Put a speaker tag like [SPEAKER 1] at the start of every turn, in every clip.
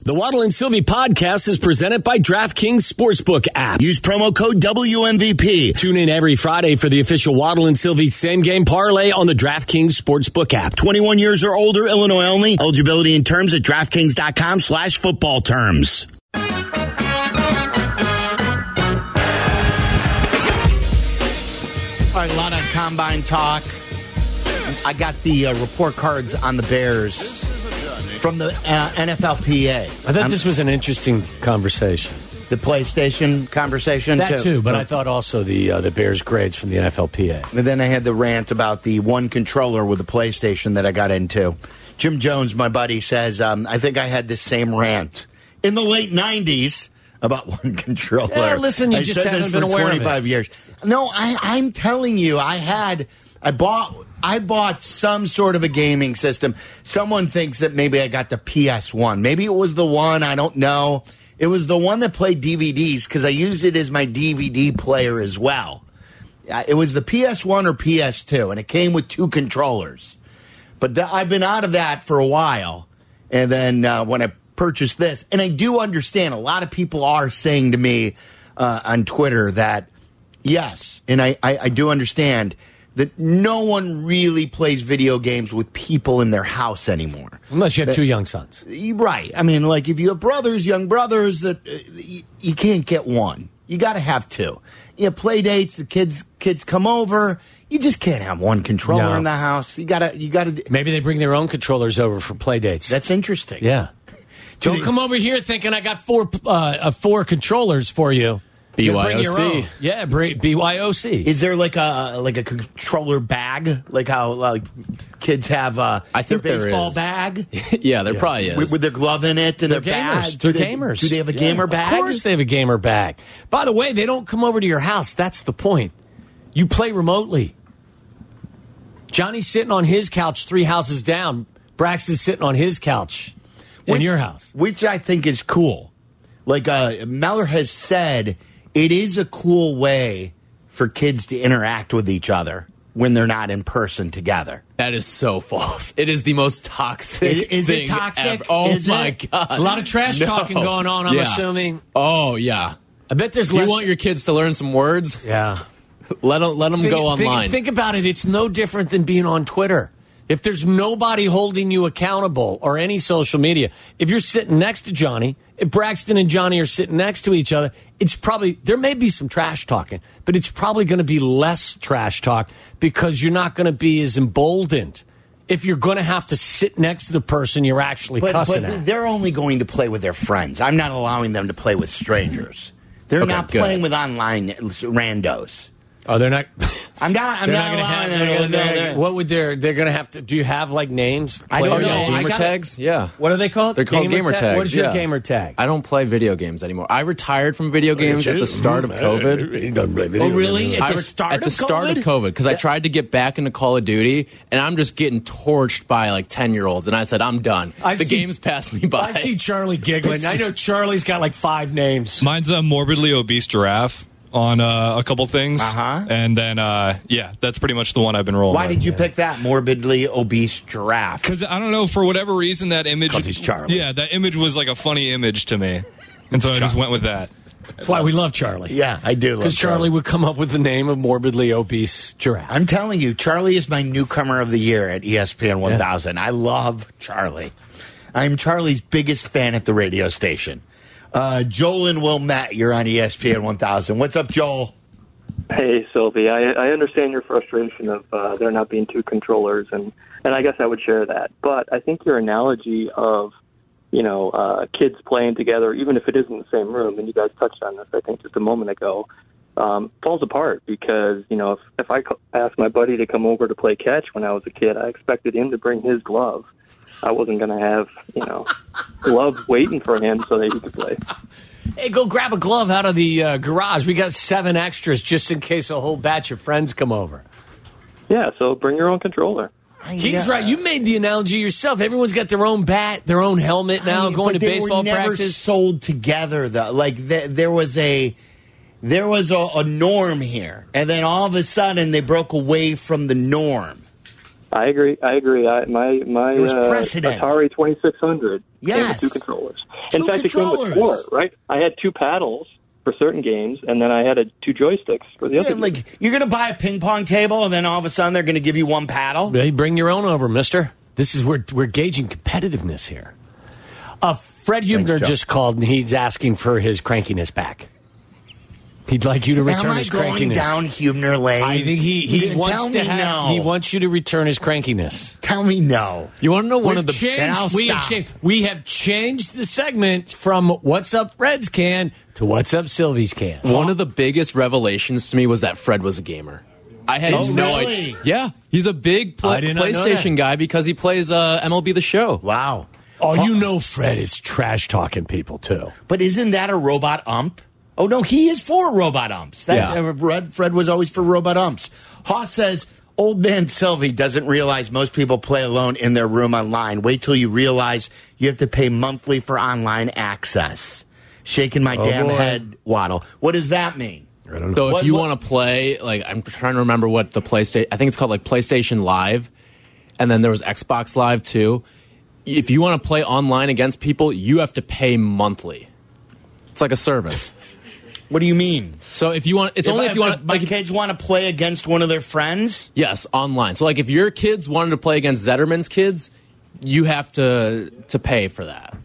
[SPEAKER 1] The Waddle and Sylvie podcast is presented by DraftKings Sportsbook app.
[SPEAKER 2] Use promo code WMVP.
[SPEAKER 1] Tune in every Friday for the official Waddle and Sylvie same game parlay on the DraftKings Sportsbook app.
[SPEAKER 2] 21 years or older, Illinois only. Eligibility and terms at DraftKings.com slash football terms. All right, a lot of combine talk. I got the uh, report cards on the Bears from the uh, NFLPA.
[SPEAKER 1] I thought this was an interesting conversation.
[SPEAKER 2] The PlayStation conversation
[SPEAKER 1] That too, but I thought also the uh, the Bears grades from the NFLPA.
[SPEAKER 2] And then I had the rant about the one controller with the PlayStation that I got into. Jim Jones, my buddy, says, um, I think I had this same rant in the late 90s about one controller.
[SPEAKER 1] Yeah, listen, you
[SPEAKER 2] I
[SPEAKER 1] just
[SPEAKER 2] said
[SPEAKER 1] haven't
[SPEAKER 2] this
[SPEAKER 1] been
[SPEAKER 2] for
[SPEAKER 1] aware of it.
[SPEAKER 2] 25 years. No, I, I'm telling you, I had. I bought I bought some sort of a gaming system. Someone thinks that maybe I got the PS1. Maybe it was the one, I don't know. It was the one that played DVDs cuz I used it as my DVD player as well. Uh, it was the PS1 or PS2, and it came with two controllers. But th- I've been out of that for a while. And then uh, when I purchased this, and I do understand a lot of people are saying to me uh, on Twitter that, yes, and I, I, I do understand that no one really plays video games with people in their house anymore.
[SPEAKER 1] Unless you have two young sons.
[SPEAKER 2] Right. I mean, like if you have brothers, young brothers, that uh, you, you can't get one. You got to have two. You know, play dates. The kids kids come over. You just can't have one controller
[SPEAKER 1] No.
[SPEAKER 2] in the house. You gotta you gotta.
[SPEAKER 1] Maybe they bring their own controllers over for play dates.
[SPEAKER 2] That's interesting.
[SPEAKER 1] yeah. Don't
[SPEAKER 2] the-
[SPEAKER 1] come over here thinking I got four uh, uh, four controllers for you. You bring your
[SPEAKER 3] BYOC.
[SPEAKER 1] own. Yeah, bring, BYOC.
[SPEAKER 2] Is there like a like a controller bag, like how like kids have uh,
[SPEAKER 3] I think
[SPEAKER 2] their
[SPEAKER 3] there
[SPEAKER 2] baseball
[SPEAKER 3] is.
[SPEAKER 2] bag
[SPEAKER 3] Yeah, there probably is.
[SPEAKER 2] with, with their glove in it and
[SPEAKER 1] They're
[SPEAKER 2] their
[SPEAKER 1] gamers.
[SPEAKER 2] bag?
[SPEAKER 1] They're
[SPEAKER 2] do they,
[SPEAKER 1] gamers.
[SPEAKER 2] Do they have a
[SPEAKER 1] Yeah.
[SPEAKER 2] gamer bag?
[SPEAKER 1] Of course, they have a gamer bag. By the way, they don't come over to your house. That's the point. You play remotely. Johnny's sitting on his couch three houses down. Braxton's sitting on his couch in
[SPEAKER 2] Which-
[SPEAKER 1] your house.
[SPEAKER 2] which I think is cool. Like uh, Meller has said, it is a cool way for kids to interact with each other when they're not in person together.
[SPEAKER 3] that is so false. It is the most toxic.
[SPEAKER 2] Is- is it
[SPEAKER 3] thing
[SPEAKER 2] toxic?
[SPEAKER 3] ever. Oh
[SPEAKER 2] Is
[SPEAKER 3] my
[SPEAKER 2] it?
[SPEAKER 3] god.
[SPEAKER 1] A lot of trash
[SPEAKER 3] No.
[SPEAKER 1] talking going on. I'm
[SPEAKER 3] Yeah.
[SPEAKER 1] assuming.
[SPEAKER 3] Oh yeah.
[SPEAKER 1] I bet there's
[SPEAKER 3] If
[SPEAKER 1] less.
[SPEAKER 3] you want your kids to learn some words?
[SPEAKER 1] yeah.
[SPEAKER 3] Let them, let them
[SPEAKER 1] Think-
[SPEAKER 3] go
[SPEAKER 1] think-
[SPEAKER 3] online.
[SPEAKER 1] Think, about it. It's no different than being on Twitter. If there's nobody holding you accountable or any social media, if you're sitting next to Johnny, if Braxton and Johnny are sitting next to each other, it's probably, there may be some trash talking, but it's probably going to be less trash talk because you're not going to be as emboldened if you're going to have to sit next to the person you're actually
[SPEAKER 2] But,
[SPEAKER 1] cussing
[SPEAKER 2] but
[SPEAKER 1] at.
[SPEAKER 2] they're only going to play with their friends. I'm not allowing them to play with strangers. They're not
[SPEAKER 3] good.
[SPEAKER 2] playing with online randos.
[SPEAKER 1] Are they Oh, not?
[SPEAKER 2] I'm not. I'm
[SPEAKER 1] they're
[SPEAKER 2] not,
[SPEAKER 1] not gonna
[SPEAKER 2] allowing
[SPEAKER 1] have-
[SPEAKER 2] them.
[SPEAKER 1] they're
[SPEAKER 2] to-
[SPEAKER 1] gonna-
[SPEAKER 2] no,
[SPEAKER 1] they're-
[SPEAKER 2] they're-
[SPEAKER 1] What would they're, they're going to have to, do you have like names?
[SPEAKER 2] I don't
[SPEAKER 3] oh
[SPEAKER 1] Player
[SPEAKER 2] know.
[SPEAKER 3] yeah,
[SPEAKER 1] names?
[SPEAKER 2] I
[SPEAKER 3] gamer
[SPEAKER 2] gotta-
[SPEAKER 3] tags. Yeah.
[SPEAKER 1] What are they called?
[SPEAKER 3] They're called gamer, tags.
[SPEAKER 1] What is your
[SPEAKER 3] yeah.
[SPEAKER 1] gamer tag? Oh,
[SPEAKER 3] I don't play video games anymore. I retired from video games at the start
[SPEAKER 2] Mm,
[SPEAKER 3] of COVID.
[SPEAKER 2] oh, really? At
[SPEAKER 3] I
[SPEAKER 2] the
[SPEAKER 3] re-
[SPEAKER 2] start
[SPEAKER 3] at
[SPEAKER 2] of
[SPEAKER 3] the start
[SPEAKER 2] COVID?
[SPEAKER 3] of COVID because I tried to get back into Call of Duty and I'm just getting torched by like ten year olds and I said I'm done.
[SPEAKER 1] I
[SPEAKER 3] the
[SPEAKER 1] see-
[SPEAKER 3] games passed me by.
[SPEAKER 1] I see Charlie giggling. I know Charlie's got like five names.
[SPEAKER 4] Mine's a morbidly obese giraffe on uh, a couple things.
[SPEAKER 2] Uh-huh.
[SPEAKER 4] And then, uh, yeah, that's pretty much the one I've been rolling.
[SPEAKER 2] Why did you pick that morbidly obese giraffe?
[SPEAKER 4] Because I don't know for whatever reason that image.
[SPEAKER 1] 'Cause he's Charlie.
[SPEAKER 4] Yeah, that image was like a funny image to me, and so I just went with that.
[SPEAKER 1] That's why we love Charlie.
[SPEAKER 2] Yeah, I do. love
[SPEAKER 1] Because Charlie
[SPEAKER 2] Charlie.
[SPEAKER 1] would come up with the name of morbidly obese giraffe.
[SPEAKER 2] I'm telling you, Charlie is my newcomer of the year at E ESPN 1000. I love Charlie. I'm Charlie's biggest fan at the radio station. Uh, Joel and Wilmette, you're on E ESPN 1000. What's up, Joel?
[SPEAKER 5] Hey, Sylvie, I, I understand your frustration of uh, there not being two controllers, and, and I guess I would share that. But I think your analogy of, you know, uh, kids playing together, even if it is in the same room, and you guys touched on this, I think, just a moment ago, um, falls apart because, you know, if, if I co- asked my buddy to come over to play catch when I was a kid, I expected him to bring his glove. I wasn't going to have, you know, gloves waiting for him so that he could play.
[SPEAKER 1] Hey, go grab a glove out of the uh, garage. We got seven extras just in case a whole batch of friends come over.
[SPEAKER 5] Yeah, so bring your own controller.
[SPEAKER 1] He's right. You made the analogy yourself. Everyone's got their own bat, their own helmet now,
[SPEAKER 2] I mean,
[SPEAKER 1] going to
[SPEAKER 2] but they
[SPEAKER 1] baseball
[SPEAKER 2] were never
[SPEAKER 1] practice.
[SPEAKER 2] Sold together though, like th- there was a there was a, a norm here, and then all of a sudden they broke away from the norm.
[SPEAKER 5] I agree. I agree. I, my my
[SPEAKER 2] was
[SPEAKER 5] uh,
[SPEAKER 2] precedent.
[SPEAKER 5] Atari twenty six hundred. Same with
[SPEAKER 2] Yes.
[SPEAKER 5] two controllers. In
[SPEAKER 2] Two
[SPEAKER 5] fact, it came
[SPEAKER 2] controllers.
[SPEAKER 5] with four. Right? I had two paddles for certain games, and then I had a, two joysticks for the
[SPEAKER 2] Yeah,
[SPEAKER 5] other. games.
[SPEAKER 2] like you're gonna buy a ping pong table, and then all of a sudden they're gonna give you one paddle.
[SPEAKER 1] Hey, bring your own over, mister. This is where we're gauging competitiveness here. Uh, Fred Hubner
[SPEAKER 2] Joe.
[SPEAKER 1] just called and he's asking for his crankiness back. He'd like you to return
[SPEAKER 2] Am I
[SPEAKER 1] his
[SPEAKER 2] going
[SPEAKER 1] crankiness.
[SPEAKER 2] down Hubner Lane?
[SPEAKER 1] I think he, he
[SPEAKER 2] Tell
[SPEAKER 1] wants to
[SPEAKER 2] me
[SPEAKER 1] have,
[SPEAKER 2] no.
[SPEAKER 1] he wants you to return his crankiness.
[SPEAKER 2] Tell me no.
[SPEAKER 3] You want to know one
[SPEAKER 1] We've
[SPEAKER 3] of the
[SPEAKER 2] Then I'll
[SPEAKER 1] changed, we have
[SPEAKER 2] stop.
[SPEAKER 1] changed. We have changed the segment from "What's Up Fred's Can" to "What's Up Sylvie's Can."
[SPEAKER 3] one of the biggest revelations to me was that Fred was a gamer. I had
[SPEAKER 2] Oh,
[SPEAKER 3] no
[SPEAKER 2] really?
[SPEAKER 3] idea. Yeah, he's a big pla-
[SPEAKER 1] I did not know that.
[SPEAKER 3] PlayStation guy because he plays uh, MLB The Show.
[SPEAKER 2] Wow.
[SPEAKER 1] Oh, you know, Fred is trash talking people too.
[SPEAKER 2] But isn't that a robot ump? Oh no, he is for robot umps. That,
[SPEAKER 3] Yeah.
[SPEAKER 2] uh, Fred, Fred was always for robot umps. Haas says old man Sylvie doesn't realize most people play alone in their room online. Wait till you realize you have to pay monthly for online access. Shaking
[SPEAKER 3] Oh,
[SPEAKER 2] my damn
[SPEAKER 1] boy.
[SPEAKER 2] head, Waddle. What does that mean?
[SPEAKER 3] So if
[SPEAKER 2] What-
[SPEAKER 3] you
[SPEAKER 2] what-
[SPEAKER 3] want to play, like I'm trying to remember what the PlayStation, I think it's called like PlayStation Live, and then there was Xbox Live too. If you want to play online against people, you have to pay monthly. It's like a service.
[SPEAKER 2] What do you mean?
[SPEAKER 3] So if you want, it's only if you want,
[SPEAKER 2] my
[SPEAKER 3] like,
[SPEAKER 2] kids want to play against one of their friends.
[SPEAKER 3] yes, online. So like if your kids wanted to play against Zetterman's kids, you have to to pay for that.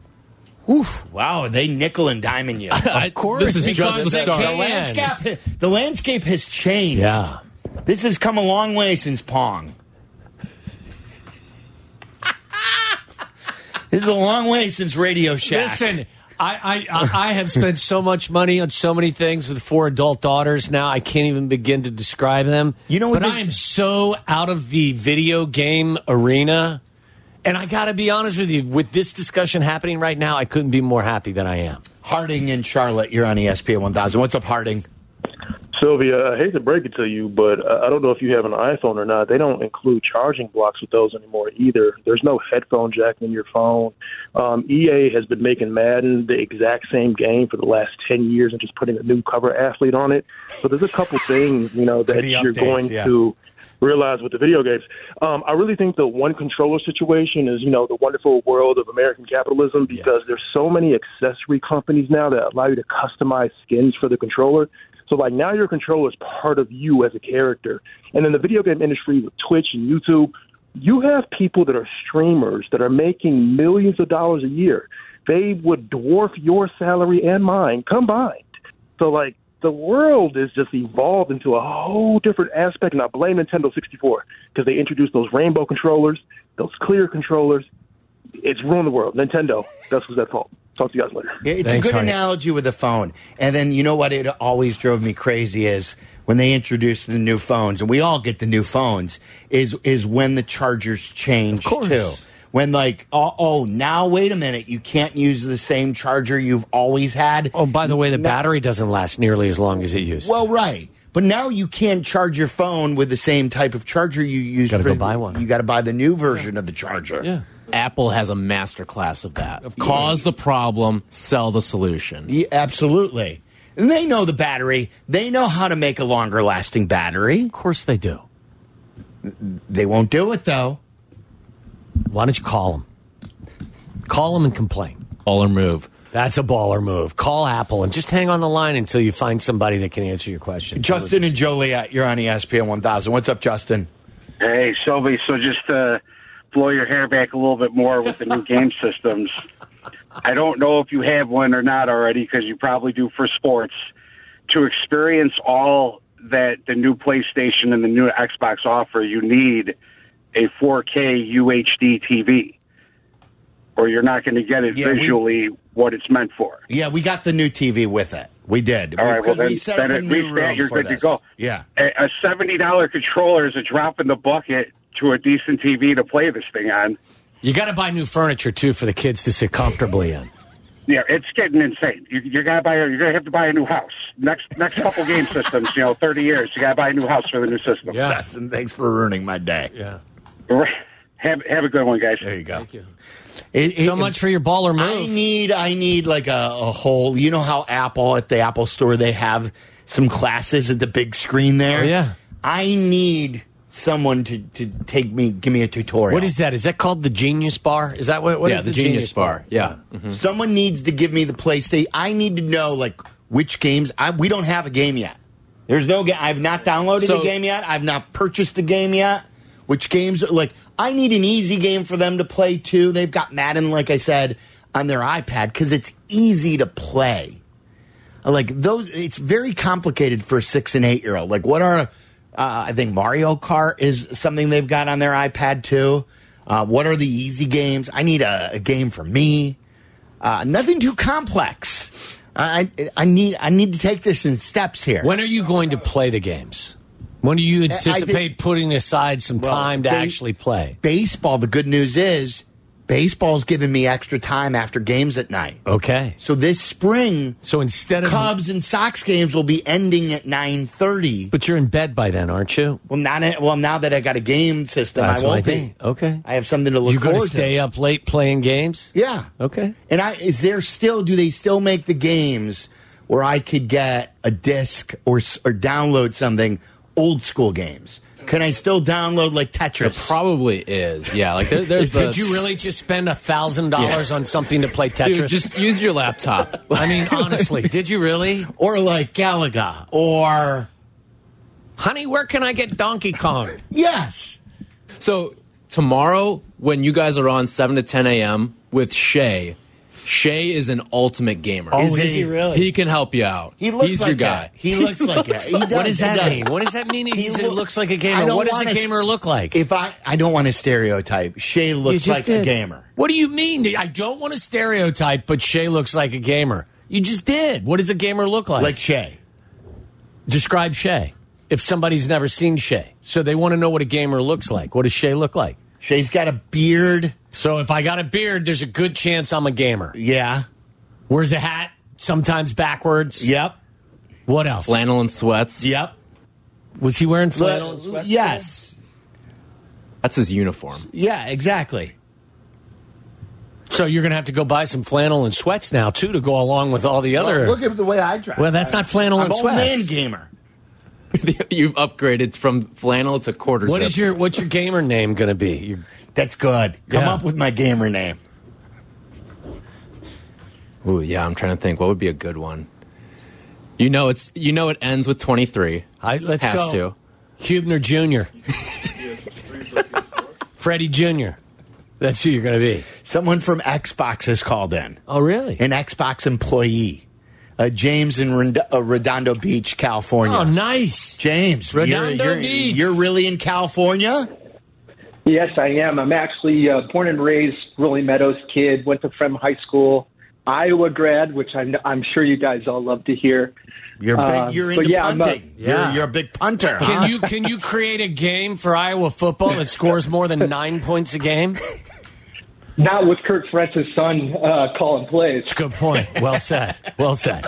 [SPEAKER 2] Wow, they nickel and diamond you.
[SPEAKER 3] Of course, this is
[SPEAKER 1] because
[SPEAKER 3] just the
[SPEAKER 1] they
[SPEAKER 3] start.
[SPEAKER 2] the
[SPEAKER 1] Man.
[SPEAKER 2] landscape the landscape has changed.
[SPEAKER 1] Yeah.
[SPEAKER 2] This has come a long way since Pong. this is a long way since Radio Shack.
[SPEAKER 1] Listen, I, I- I, I have spent so much money on so many things with four adult daughters now, I can't even begin to describe them.
[SPEAKER 2] You know what
[SPEAKER 1] But
[SPEAKER 2] the-
[SPEAKER 1] I am so out of the video game arena. And I got to be honest with you, with this discussion happening right now, I couldn't be more happy than I am.
[SPEAKER 2] Harding in Charlotte, you're on E ESPN 1000. What's up, Harding?
[SPEAKER 6] Sylvia, I hate to break it to you, but uh, I don't know if you have an iPhone or not. They don't include charging blocks with those anymore either. There's no headphone jack in your phone. Um, EA has been making Madden the exact same game for the last 10 years and just putting a new cover athlete on it. So there's a couple things, you know, that
[SPEAKER 2] The
[SPEAKER 6] you're
[SPEAKER 2] updates,
[SPEAKER 6] going
[SPEAKER 2] yeah.
[SPEAKER 6] to realize with the video games. Um, I really think the one controller situation is, you know, the wonderful world of American capitalism because there's so many accessory companies now that allow you to customize skins for the controller. So like now your controller is part of you as a character. And in the video game industry with Twitch and YouTube, you have people that are streamers that are making millions of dollars a year. They would dwarf your salary and mine combined. So like the world is just evolved into a whole different aspect, and I blame Nintendo 64 because they introduced those rainbow controllers, those clear controllers. It's ruined the world. Nintendo, that's who's at fault. Talk to you guys later.
[SPEAKER 2] Yeah, It's
[SPEAKER 1] Thanks,
[SPEAKER 2] a good
[SPEAKER 1] Harding.
[SPEAKER 2] analogy with the phone. And then you know what it always drove me crazy is when they introduced the new phones, and we all get the new phones, is is when the chargers change too. When like oh, oh now wait a minute you can't use the same charger you've always had.
[SPEAKER 1] Oh, by the way, the
[SPEAKER 2] No.
[SPEAKER 1] battery doesn't last nearly as long as it used. to.
[SPEAKER 2] Well, right. But now you can't charge your phone with the same type of charger you use.
[SPEAKER 1] Gotta
[SPEAKER 2] for
[SPEAKER 1] go
[SPEAKER 2] the-
[SPEAKER 1] buy one.
[SPEAKER 2] You got to buy the new version of the charger.
[SPEAKER 1] yeah.
[SPEAKER 3] Apple has a master class of that. Cause the problem, sell the solution.
[SPEAKER 2] Yeah, absolutely. And they know the battery. They know how to make a longer lasting battery.
[SPEAKER 1] Of course they do.
[SPEAKER 2] They won't do it though.
[SPEAKER 1] Why don't you call them? Call them and complain.
[SPEAKER 3] All or move.
[SPEAKER 1] That's a baller move. Call Apple and just hang on the line until you find somebody that can answer your question.
[SPEAKER 2] Justin and Joliet, you're on E ESPN 1000. What's up, Justin?
[SPEAKER 7] Hey, Sylvie, so just uh, blow your hair back a little bit more with the new game systems. I don't know if you have one or not already because you probably do for sports. To experience all that the new PlayStation and the new Xbox offer, you need a 4K UHD TV, or you're not going to get it
[SPEAKER 2] Yeah, we-
[SPEAKER 7] visually what it's meant for.
[SPEAKER 2] Yeah, we got the new TV with it. We did.
[SPEAKER 7] All right, well
[SPEAKER 2] Because
[SPEAKER 7] then,
[SPEAKER 2] we set
[SPEAKER 7] then
[SPEAKER 2] up a
[SPEAKER 7] at
[SPEAKER 2] new
[SPEAKER 7] least
[SPEAKER 2] room
[SPEAKER 7] that you're
[SPEAKER 2] for
[SPEAKER 7] good to
[SPEAKER 2] this.
[SPEAKER 7] go.
[SPEAKER 2] Yeah.
[SPEAKER 7] a, a seventy dollar controller is a drop in the bucket to a decent TV to play this thing on.
[SPEAKER 1] You got to buy new furniture too for the kids to sit comfortably in.
[SPEAKER 7] Yeah, it's getting insane. You, you're gonna buy. You're gonna have to buy a new house next next couple game systems. You know, thirty years. You gotta buy a new house for the new system.
[SPEAKER 2] Justin, thanks for ruining my day.
[SPEAKER 7] Have have a good one, guys.
[SPEAKER 2] There you go. It- it-
[SPEAKER 1] So much for your baller
[SPEAKER 2] I
[SPEAKER 1] move.
[SPEAKER 2] need I need like a, a whole you know how Apple at the Apple store they have some classes at the big screen there.
[SPEAKER 1] Oh, yeah.
[SPEAKER 2] I need someone to, to take me, give me a tutorial.
[SPEAKER 1] What is that? Is that called the Genius Bar? Is that what? what
[SPEAKER 3] yeah,
[SPEAKER 1] is
[SPEAKER 3] the, Genius, Bar. Yeah.
[SPEAKER 1] Mm-hmm.
[SPEAKER 2] Mm-hmm. Someone needs to give me the PlayStation. I need to know like which games. I we don't have a game yet. There's no game. I've not downloaded
[SPEAKER 3] So-
[SPEAKER 2] a game yet. I've not purchased a game yet. Which games? Like I need an easy game for them to play too. They've got Madden, like I said, on their iPad because it's easy to play. Like those, it's very complicated for a six and eight year old. Like what are? Uh, I think Mario Kart is something they've got on their iPad too. Uh, what are the easy games? I need a, a game for me. Uh, nothing too complex. I, I I need I need to take this in steps here.
[SPEAKER 1] When are you going to play the games? When do you
[SPEAKER 2] I
[SPEAKER 1] anticipate
[SPEAKER 2] think-
[SPEAKER 1] putting aside some
[SPEAKER 2] Well,
[SPEAKER 1] time to
[SPEAKER 2] they-
[SPEAKER 1] actually play?
[SPEAKER 2] baseball, the good news is baseball's giving me extra time after games at night.
[SPEAKER 1] Okay.
[SPEAKER 2] So this spring,
[SPEAKER 1] So instead of
[SPEAKER 2] Cubs and Sox games will be ending at nine thirty.
[SPEAKER 1] but you're in bed by then, aren't you?
[SPEAKER 2] Well, not at- well now that I got a game system,
[SPEAKER 1] That's
[SPEAKER 2] I
[SPEAKER 1] what
[SPEAKER 2] won't
[SPEAKER 1] I
[SPEAKER 2] be.
[SPEAKER 1] think. Okay.
[SPEAKER 2] I have something to look
[SPEAKER 1] You going
[SPEAKER 2] forward
[SPEAKER 1] to stay up late playing games?
[SPEAKER 2] Yeah.
[SPEAKER 1] Okay.
[SPEAKER 2] And I is there still? Do they still make the games where I could get a disc or s- or download something old school games? Can I still download like Tetris?
[SPEAKER 3] Probably is. Yeah. Like there, there's the.
[SPEAKER 1] Did you really just spend a thousand dollars on something to play Tetris?
[SPEAKER 3] Dude, just use your laptop.
[SPEAKER 1] I mean, honestly, did you really?
[SPEAKER 2] or like Galaga or
[SPEAKER 1] Honey, where can I get Donkey Kong?
[SPEAKER 2] yes.
[SPEAKER 3] So tomorrow, when you guys are on seven to ten a.m. with Shay, Shay is an ultimate gamer.
[SPEAKER 2] Is Oh, is he he-
[SPEAKER 1] really?
[SPEAKER 3] He can help you out.
[SPEAKER 2] He looks
[SPEAKER 3] He's
[SPEAKER 2] like
[SPEAKER 3] your
[SPEAKER 2] that.
[SPEAKER 3] guy.
[SPEAKER 2] He looks like that. He does,
[SPEAKER 1] what does
[SPEAKER 2] he
[SPEAKER 1] that
[SPEAKER 2] does.
[SPEAKER 1] mean? What does that mean? He,
[SPEAKER 2] He
[SPEAKER 1] said
[SPEAKER 2] loo-
[SPEAKER 1] looks like a
[SPEAKER 2] I
[SPEAKER 1] gamer.
[SPEAKER 2] don't
[SPEAKER 1] What does a
[SPEAKER 2] wanna s-
[SPEAKER 1] gamer look like?
[SPEAKER 2] If I I don't want to stereotype. Shay
[SPEAKER 1] You
[SPEAKER 2] looks
[SPEAKER 1] just
[SPEAKER 2] like
[SPEAKER 1] did.
[SPEAKER 2] a gamer.
[SPEAKER 1] What do you mean? I don't want to stereotype, but Shay looks like a gamer. You just did. What does a gamer look like?
[SPEAKER 2] Like Shay.
[SPEAKER 1] describe Shay. If somebody's never seen Shay, so they want to know what a gamer looks like. What does Shay look like?
[SPEAKER 2] Shay's got a beard.
[SPEAKER 1] So if I got a beard, there's a good chance I'm a gamer.
[SPEAKER 2] Yeah.
[SPEAKER 1] Wears a hat, sometimes backwards.
[SPEAKER 2] Yep.
[SPEAKER 1] What else?
[SPEAKER 3] Flannel and sweats.
[SPEAKER 2] Yep.
[SPEAKER 1] Was he wearing flannel?
[SPEAKER 2] But- yes.
[SPEAKER 3] That's his uniform.
[SPEAKER 2] Yeah, exactly.
[SPEAKER 1] So you're going to have to go buy some flannel and sweats now too to go along with all the other. Well,
[SPEAKER 2] at the way I dress.
[SPEAKER 1] that's not flannel
[SPEAKER 2] I'm
[SPEAKER 1] and
[SPEAKER 2] old man
[SPEAKER 1] sweats.
[SPEAKER 2] gamer.
[SPEAKER 3] You've upgraded from flannel to quarter
[SPEAKER 1] What
[SPEAKER 3] zip.
[SPEAKER 1] is your what's your gamer name going to be? Your
[SPEAKER 2] That's good. Come
[SPEAKER 1] Yeah.
[SPEAKER 2] up with my gamer name.
[SPEAKER 3] Ooh, yeah, I'm trying to think. What would be a good one? You know, it's you know, it ends with 23.
[SPEAKER 1] I, let's
[SPEAKER 3] Has
[SPEAKER 1] go. Hubner Jr. Freddie Jr. That's who you're going to be.
[SPEAKER 2] Someone from Xbox has called in.
[SPEAKER 1] Oh, really?
[SPEAKER 2] An Xbox employee. Uh, James in Rond- uh, Redondo Beach, California.
[SPEAKER 1] Oh, nice.
[SPEAKER 2] James, you're-
[SPEAKER 1] Redondo
[SPEAKER 2] you're,
[SPEAKER 1] Beach.
[SPEAKER 2] you're really in California?
[SPEAKER 8] Yes, I am. I'm actually uh, born and raised Rolling Meadows kid. Went to Frem High School, Iowa grad, which I'm, I'm sure you guys all love to hear.
[SPEAKER 2] You're big.
[SPEAKER 8] Uh,
[SPEAKER 2] you're
[SPEAKER 8] so
[SPEAKER 2] into
[SPEAKER 8] yeah, I'm a-
[SPEAKER 2] punting.
[SPEAKER 1] Yeah.
[SPEAKER 2] You're, you're a big punter. Huh?
[SPEAKER 1] Can you can you create a game for Iowa football that scores more than nine points a game?
[SPEAKER 8] Not with Kurt Ferentz's son uh, calling plays.
[SPEAKER 1] Good point. Well said. Well said.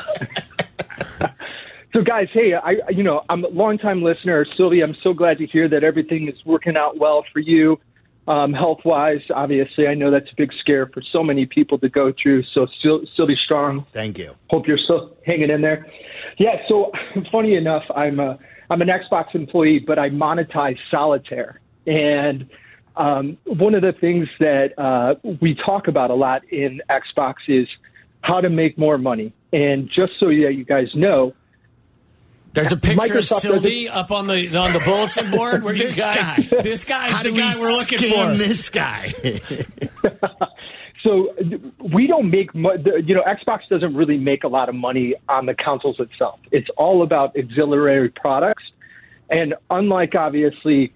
[SPEAKER 8] So, guys, hey, I I- you know I'm a longtime listener, Sylvia. I'm so glad to hear that everything is working out well for you, um, health wise. Obviously, I know that's a big scare for so many people to go through. So, still, still be strong.
[SPEAKER 2] Thank you.
[SPEAKER 8] hope you're still hanging in there. Yeah, so funny enough, I'm a, I'm an Xbox employee, but I monetize solitaire. And um, one of the things that uh, we talk about a lot in Xbox is how to make more money. And just so that you guys know,
[SPEAKER 1] There's a picture of
[SPEAKER 8] Microsoft
[SPEAKER 1] Sylvie up on the on the bulletin board where you
[SPEAKER 2] This
[SPEAKER 1] guys
[SPEAKER 2] guy.
[SPEAKER 1] this guy's
[SPEAKER 2] How
[SPEAKER 1] the
[SPEAKER 2] do we
[SPEAKER 1] guy we're looking
[SPEAKER 2] skin
[SPEAKER 1] for.
[SPEAKER 2] this guy?
[SPEAKER 8] so uh, we don't make mo- the- you know Xbox doesn't really make a lot of money on the consoles itself. It's all about auxiliary products, and unlike obviously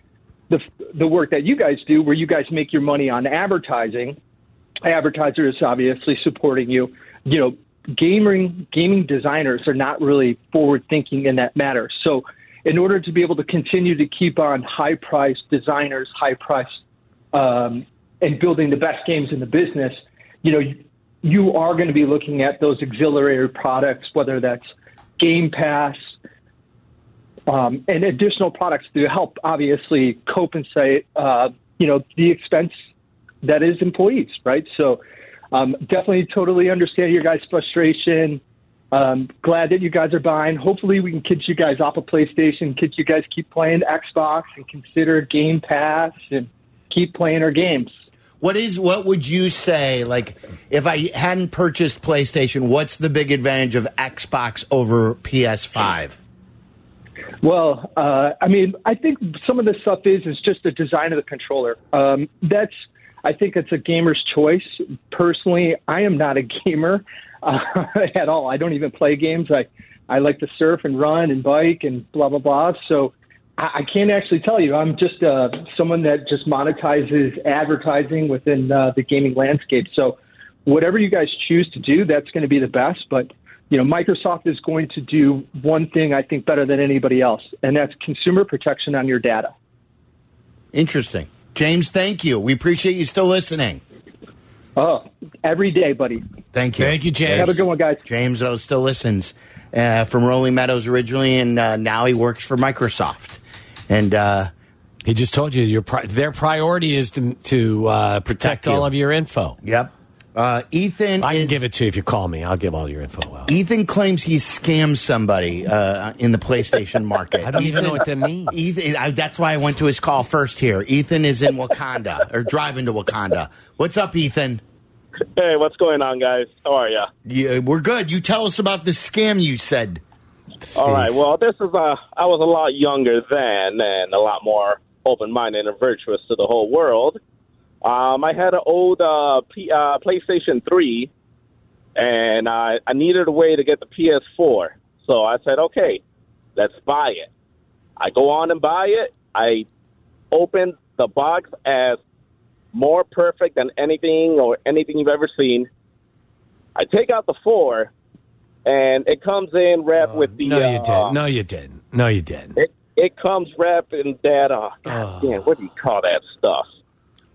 [SPEAKER 8] the the work that you guys do, where you guys make your money on advertising, advertisers obviously supporting you. You know, gaming gaming designers are not really forward thinking in that matter. So, in order to be able to continue to keep on high priced designers, high priced, um, and building the best games in the business, you know, you- you are going to be looking at those auxiliary products, whether that's Game Pass, um, and additional products to help obviously compensate uh, you know the expense that is employees right so um, definitely totally understand your guys frustration Um, glad that you guys are buying. Hopefully, we can get you guys off of PlayStation, get you guys keep playing Xbox, and consider Game Pass and keep playing our games.
[SPEAKER 2] What is what would you say like if I hadn't purchased PlayStation, what's the big advantage of Xbox over PS5?
[SPEAKER 8] Well, uh, I mean, I think some of this stuff is is just the design of the controller. Um, that's I think it's a gamer's choice. Personally, I am not a gamer uh, at all. I don't even play games. I I like to surf and run and bike and blah blah blah. So I, I can't actually tell you. I'm just uh, someone that just monetizes advertising within uh, the gaming landscape. So whatever you guys choose to do, that's going to be the best. But you know, Microsoft is going to do one thing I think better than anybody else, and that's consumer protection on your data.
[SPEAKER 2] Interesting. James, thank you. We appreciate you still listening.
[SPEAKER 8] Oh, every day, buddy.
[SPEAKER 2] Thank you.
[SPEAKER 1] Thank you, James.
[SPEAKER 8] Have a good one, guys.
[SPEAKER 2] James O still listens uh, from Rolling Meadows originally, and uh, now he works for Microsoft. And uh,
[SPEAKER 1] He just told you your pri- their priority is to, to uh, protect,
[SPEAKER 2] Protect you.
[SPEAKER 1] all of your info.
[SPEAKER 2] yep, uh, Ethan.
[SPEAKER 1] I can
[SPEAKER 2] is-
[SPEAKER 1] give it to you if you call me. I'll give all your info out.
[SPEAKER 2] Ethan claims he scammed somebody uh, in the PlayStation market.
[SPEAKER 1] I don't even
[SPEAKER 2] Ethan-
[SPEAKER 1] know what that means.
[SPEAKER 2] Ethan, I, that's why I went to his call first here. Ethan is in Wakanda or driving to Wakanda. What's up, Ethan?
[SPEAKER 9] Hey, what's going on, guys? How are ya?
[SPEAKER 2] Yeah, we're good. You tell us about the scam you said.
[SPEAKER 9] All right. Well, this is uh, I was a lot younger then, and a lot more open-minded and virtuous to the whole world. Um, I had an old uh, P- uh, PlayStation 3, and I, I needed a way to get the PS4. So I said, okay, let's buy it. I go on and buy it. I open the box as more perfect than anything or anything you've ever seen. I take out the four, and it comes in wrapped with the
[SPEAKER 1] Oh, no, you
[SPEAKER 9] uh,
[SPEAKER 1] didn't. No, you didn't. No, you didn't. Oh.
[SPEAKER 9] it it comes wrapped in that uh God damn, what do you call that stuff?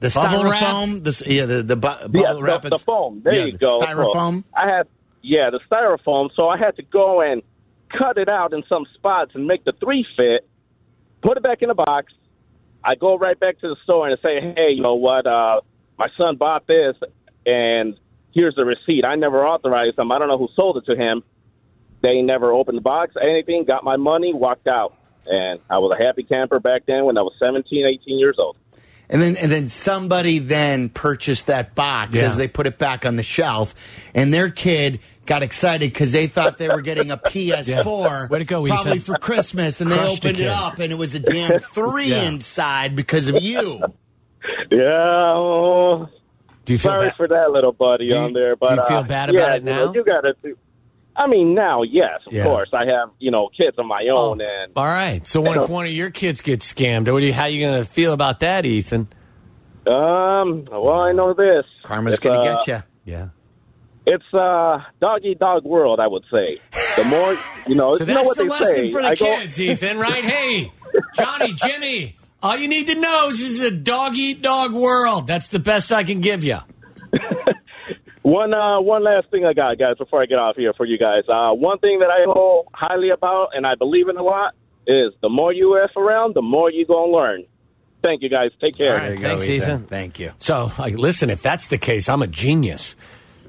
[SPEAKER 2] The
[SPEAKER 1] Bubble wrap?
[SPEAKER 2] styrofoam. This, yeah, the, the bu- bubble
[SPEAKER 9] yeah, the-
[SPEAKER 2] wrap.
[SPEAKER 9] the,
[SPEAKER 2] it's-
[SPEAKER 9] foam. There
[SPEAKER 2] yeah,
[SPEAKER 9] you
[SPEAKER 2] the
[SPEAKER 9] go.
[SPEAKER 2] Styrofoam.
[SPEAKER 9] So I had yeah, the styrofoam, so I had to go and cut it out in some spots and make the three fit, put it back in the box. I go right back to the store and say, Hey, you know what, uh my son bought this and here's the receipt. I never authorized him. I don't know who sold it to him. They never opened the box, anything, got my money, walked out. And I was a happy camper back then when I was 17, 18 years old.
[SPEAKER 2] And then and then somebody then purchased that box
[SPEAKER 1] Yeah.
[SPEAKER 2] as they put it back on the shelf, and their kid got excited because they thought they were getting a PS4,
[SPEAKER 1] Way to go, Ethan.
[SPEAKER 2] probably for Christmas, and they
[SPEAKER 1] Crushed the
[SPEAKER 2] opened it
[SPEAKER 1] kid.
[SPEAKER 2] up and it was a damn three
[SPEAKER 1] Yeah.
[SPEAKER 2] inside because of you.
[SPEAKER 9] Yeah, oh,
[SPEAKER 1] Do you feel
[SPEAKER 9] sorry
[SPEAKER 1] bad?
[SPEAKER 9] for that little buddy
[SPEAKER 1] Do you-
[SPEAKER 9] on there.
[SPEAKER 1] do
[SPEAKER 9] But
[SPEAKER 1] you feel
[SPEAKER 9] uh,
[SPEAKER 1] bad
[SPEAKER 9] yeah,
[SPEAKER 1] about it
[SPEAKER 9] you know,
[SPEAKER 1] now?
[SPEAKER 9] You, gotta. do- I mean, now, yes, of
[SPEAKER 1] Yeah.
[SPEAKER 9] course. I have you know kids of my
[SPEAKER 1] Oh,
[SPEAKER 9] own, and
[SPEAKER 1] all right. So when if one of your kids gets scammed, what do you, how you going to feel about that, Ethan?
[SPEAKER 9] um, well, I know this.
[SPEAKER 2] Karma's
[SPEAKER 9] It's,
[SPEAKER 2] gonna
[SPEAKER 9] uh,
[SPEAKER 2] get you.
[SPEAKER 1] Yeah.
[SPEAKER 9] It's uh, dog eat dog world. I would say the more you know.
[SPEAKER 1] So
[SPEAKER 9] Oh, you know
[SPEAKER 1] that's
[SPEAKER 9] what
[SPEAKER 1] the
[SPEAKER 9] they
[SPEAKER 1] lesson
[SPEAKER 9] say.
[SPEAKER 1] for the
[SPEAKER 9] I go-
[SPEAKER 1] kids, Ethan, right? Hey, Johnny, Jimmy, all you need to know is this is a dog eat dog world. That's the best I can give you.
[SPEAKER 9] One uh, one last thing I got, guys, before I get off here for you guys. Uh, one thing that I hold highly about and I believe in a lot is the more you F around, the more you gonna learn. Thank you guys. Take care.
[SPEAKER 1] right. Thanks, Ethan.
[SPEAKER 2] Thank you.
[SPEAKER 1] So, like, listen, if that's the case, I'm a genius.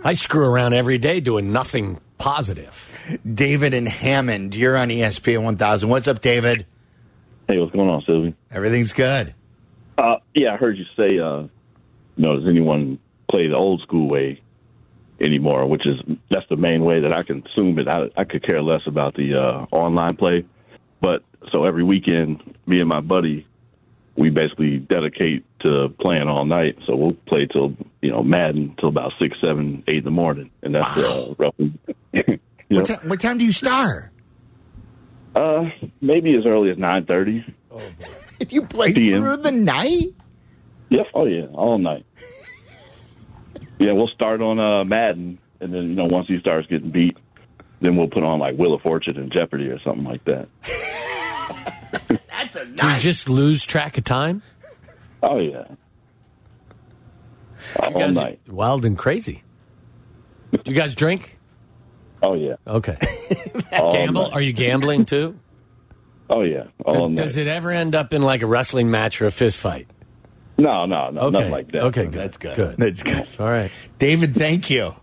[SPEAKER 1] I screw around every day doing nothing positive.
[SPEAKER 2] David and Hammond, you're on E ESPN 1000. What's up, David?
[SPEAKER 10] Hey, what's going on, Sylvie?
[SPEAKER 2] Everything's good.
[SPEAKER 10] Uh, yeah, I heard you say, uh, you know, does anyone play the old school way anymore? Which is that's the main way that I consume it. I, I could care less about the uh, online play, but so every weekend, me and my buddy, we basically dedicate to playing all night. So we'll play till you know Madden till about six, seven, eight in the morning, and that's uh, roughly. you know,
[SPEAKER 2] What, ti- what time do you start?
[SPEAKER 10] uh, maybe as early as nine thirty.
[SPEAKER 2] You play
[SPEAKER 10] PM.
[SPEAKER 2] through the night?
[SPEAKER 10] Yep. Oh yeah, all night. yeah, we'll start on uh, Madden, and then you know once he starts getting beat, then we'll put on like Wheel of Fortune and Jeopardy or something like that.
[SPEAKER 1] Do you just lose track of time?
[SPEAKER 10] Oh yeah, all
[SPEAKER 1] guys
[SPEAKER 10] night.
[SPEAKER 1] are wild and crazy. Do you guys drink?
[SPEAKER 10] Oh yeah,
[SPEAKER 1] Okay.
[SPEAKER 10] all
[SPEAKER 1] Gamble?
[SPEAKER 10] night.
[SPEAKER 1] Are you gambling too?
[SPEAKER 10] Oh yeah, all night.
[SPEAKER 1] Does it ever end up in like a wrestling match or a fist fight?
[SPEAKER 10] No, no, no,
[SPEAKER 1] Okay.
[SPEAKER 10] nothing like that.
[SPEAKER 1] Okay, good.
[SPEAKER 2] That's good.
[SPEAKER 1] Good.
[SPEAKER 2] That's good.
[SPEAKER 1] All right.
[SPEAKER 2] David, thank you.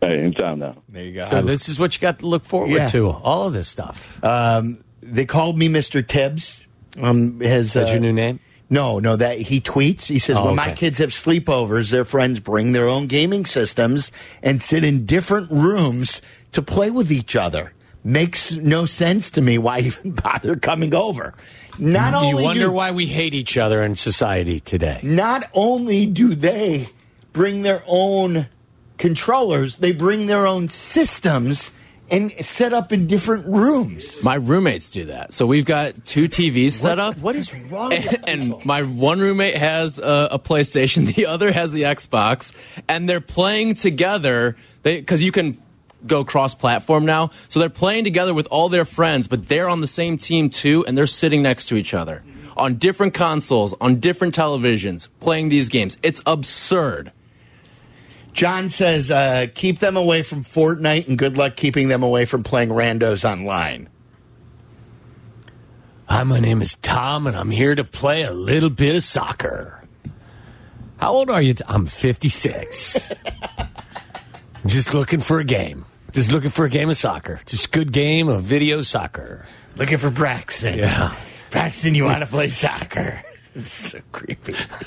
[SPEAKER 10] Hey, anytime now.
[SPEAKER 3] There you go.
[SPEAKER 1] So this is what you got to look forward
[SPEAKER 2] Yeah.
[SPEAKER 1] to. All of this stuff.
[SPEAKER 2] Um, they called me Mr. Tibbs. Um, his
[SPEAKER 1] That's
[SPEAKER 2] uh,
[SPEAKER 1] your new name.
[SPEAKER 2] No, no, that he tweets. He says,
[SPEAKER 1] Oh,
[SPEAKER 2] When my
[SPEAKER 1] okay.
[SPEAKER 2] kids have sleepovers, their friends bring their own gaming systems and sit in different rooms to play with each other. Makes no sense to me why even bother coming over. Not
[SPEAKER 1] You
[SPEAKER 2] only
[SPEAKER 1] wonder
[SPEAKER 2] do,
[SPEAKER 1] why we hate each other in society today.
[SPEAKER 2] not only do they bring their own controllers, they bring their own systems and set up in different rooms.
[SPEAKER 3] My roommates do that. So we've got two TVs set up.
[SPEAKER 1] What is wrong? with
[SPEAKER 3] And, and my one roommate has a, a PlayStation, the other has the Xbox, and they're playing together. They because you can go cross-platform now, so they're playing together with all their friends, but they're on the same team too, and they're sitting next to each other on different consoles, on different televisions, playing these games. It's absurd.
[SPEAKER 2] John says, uh, keep them away from Fortnite and good luck keeping them away from playing randos online.
[SPEAKER 1] Hi, my name is Tom, and I'm here to play a little bit of soccer. How old are you? T- I'm 56. Just looking for a game. Just looking for a game of soccer. Just good game of video soccer.
[SPEAKER 2] Looking for Braxton.
[SPEAKER 1] Yeah.
[SPEAKER 2] Braxton, you want to play soccer? This is so creepy.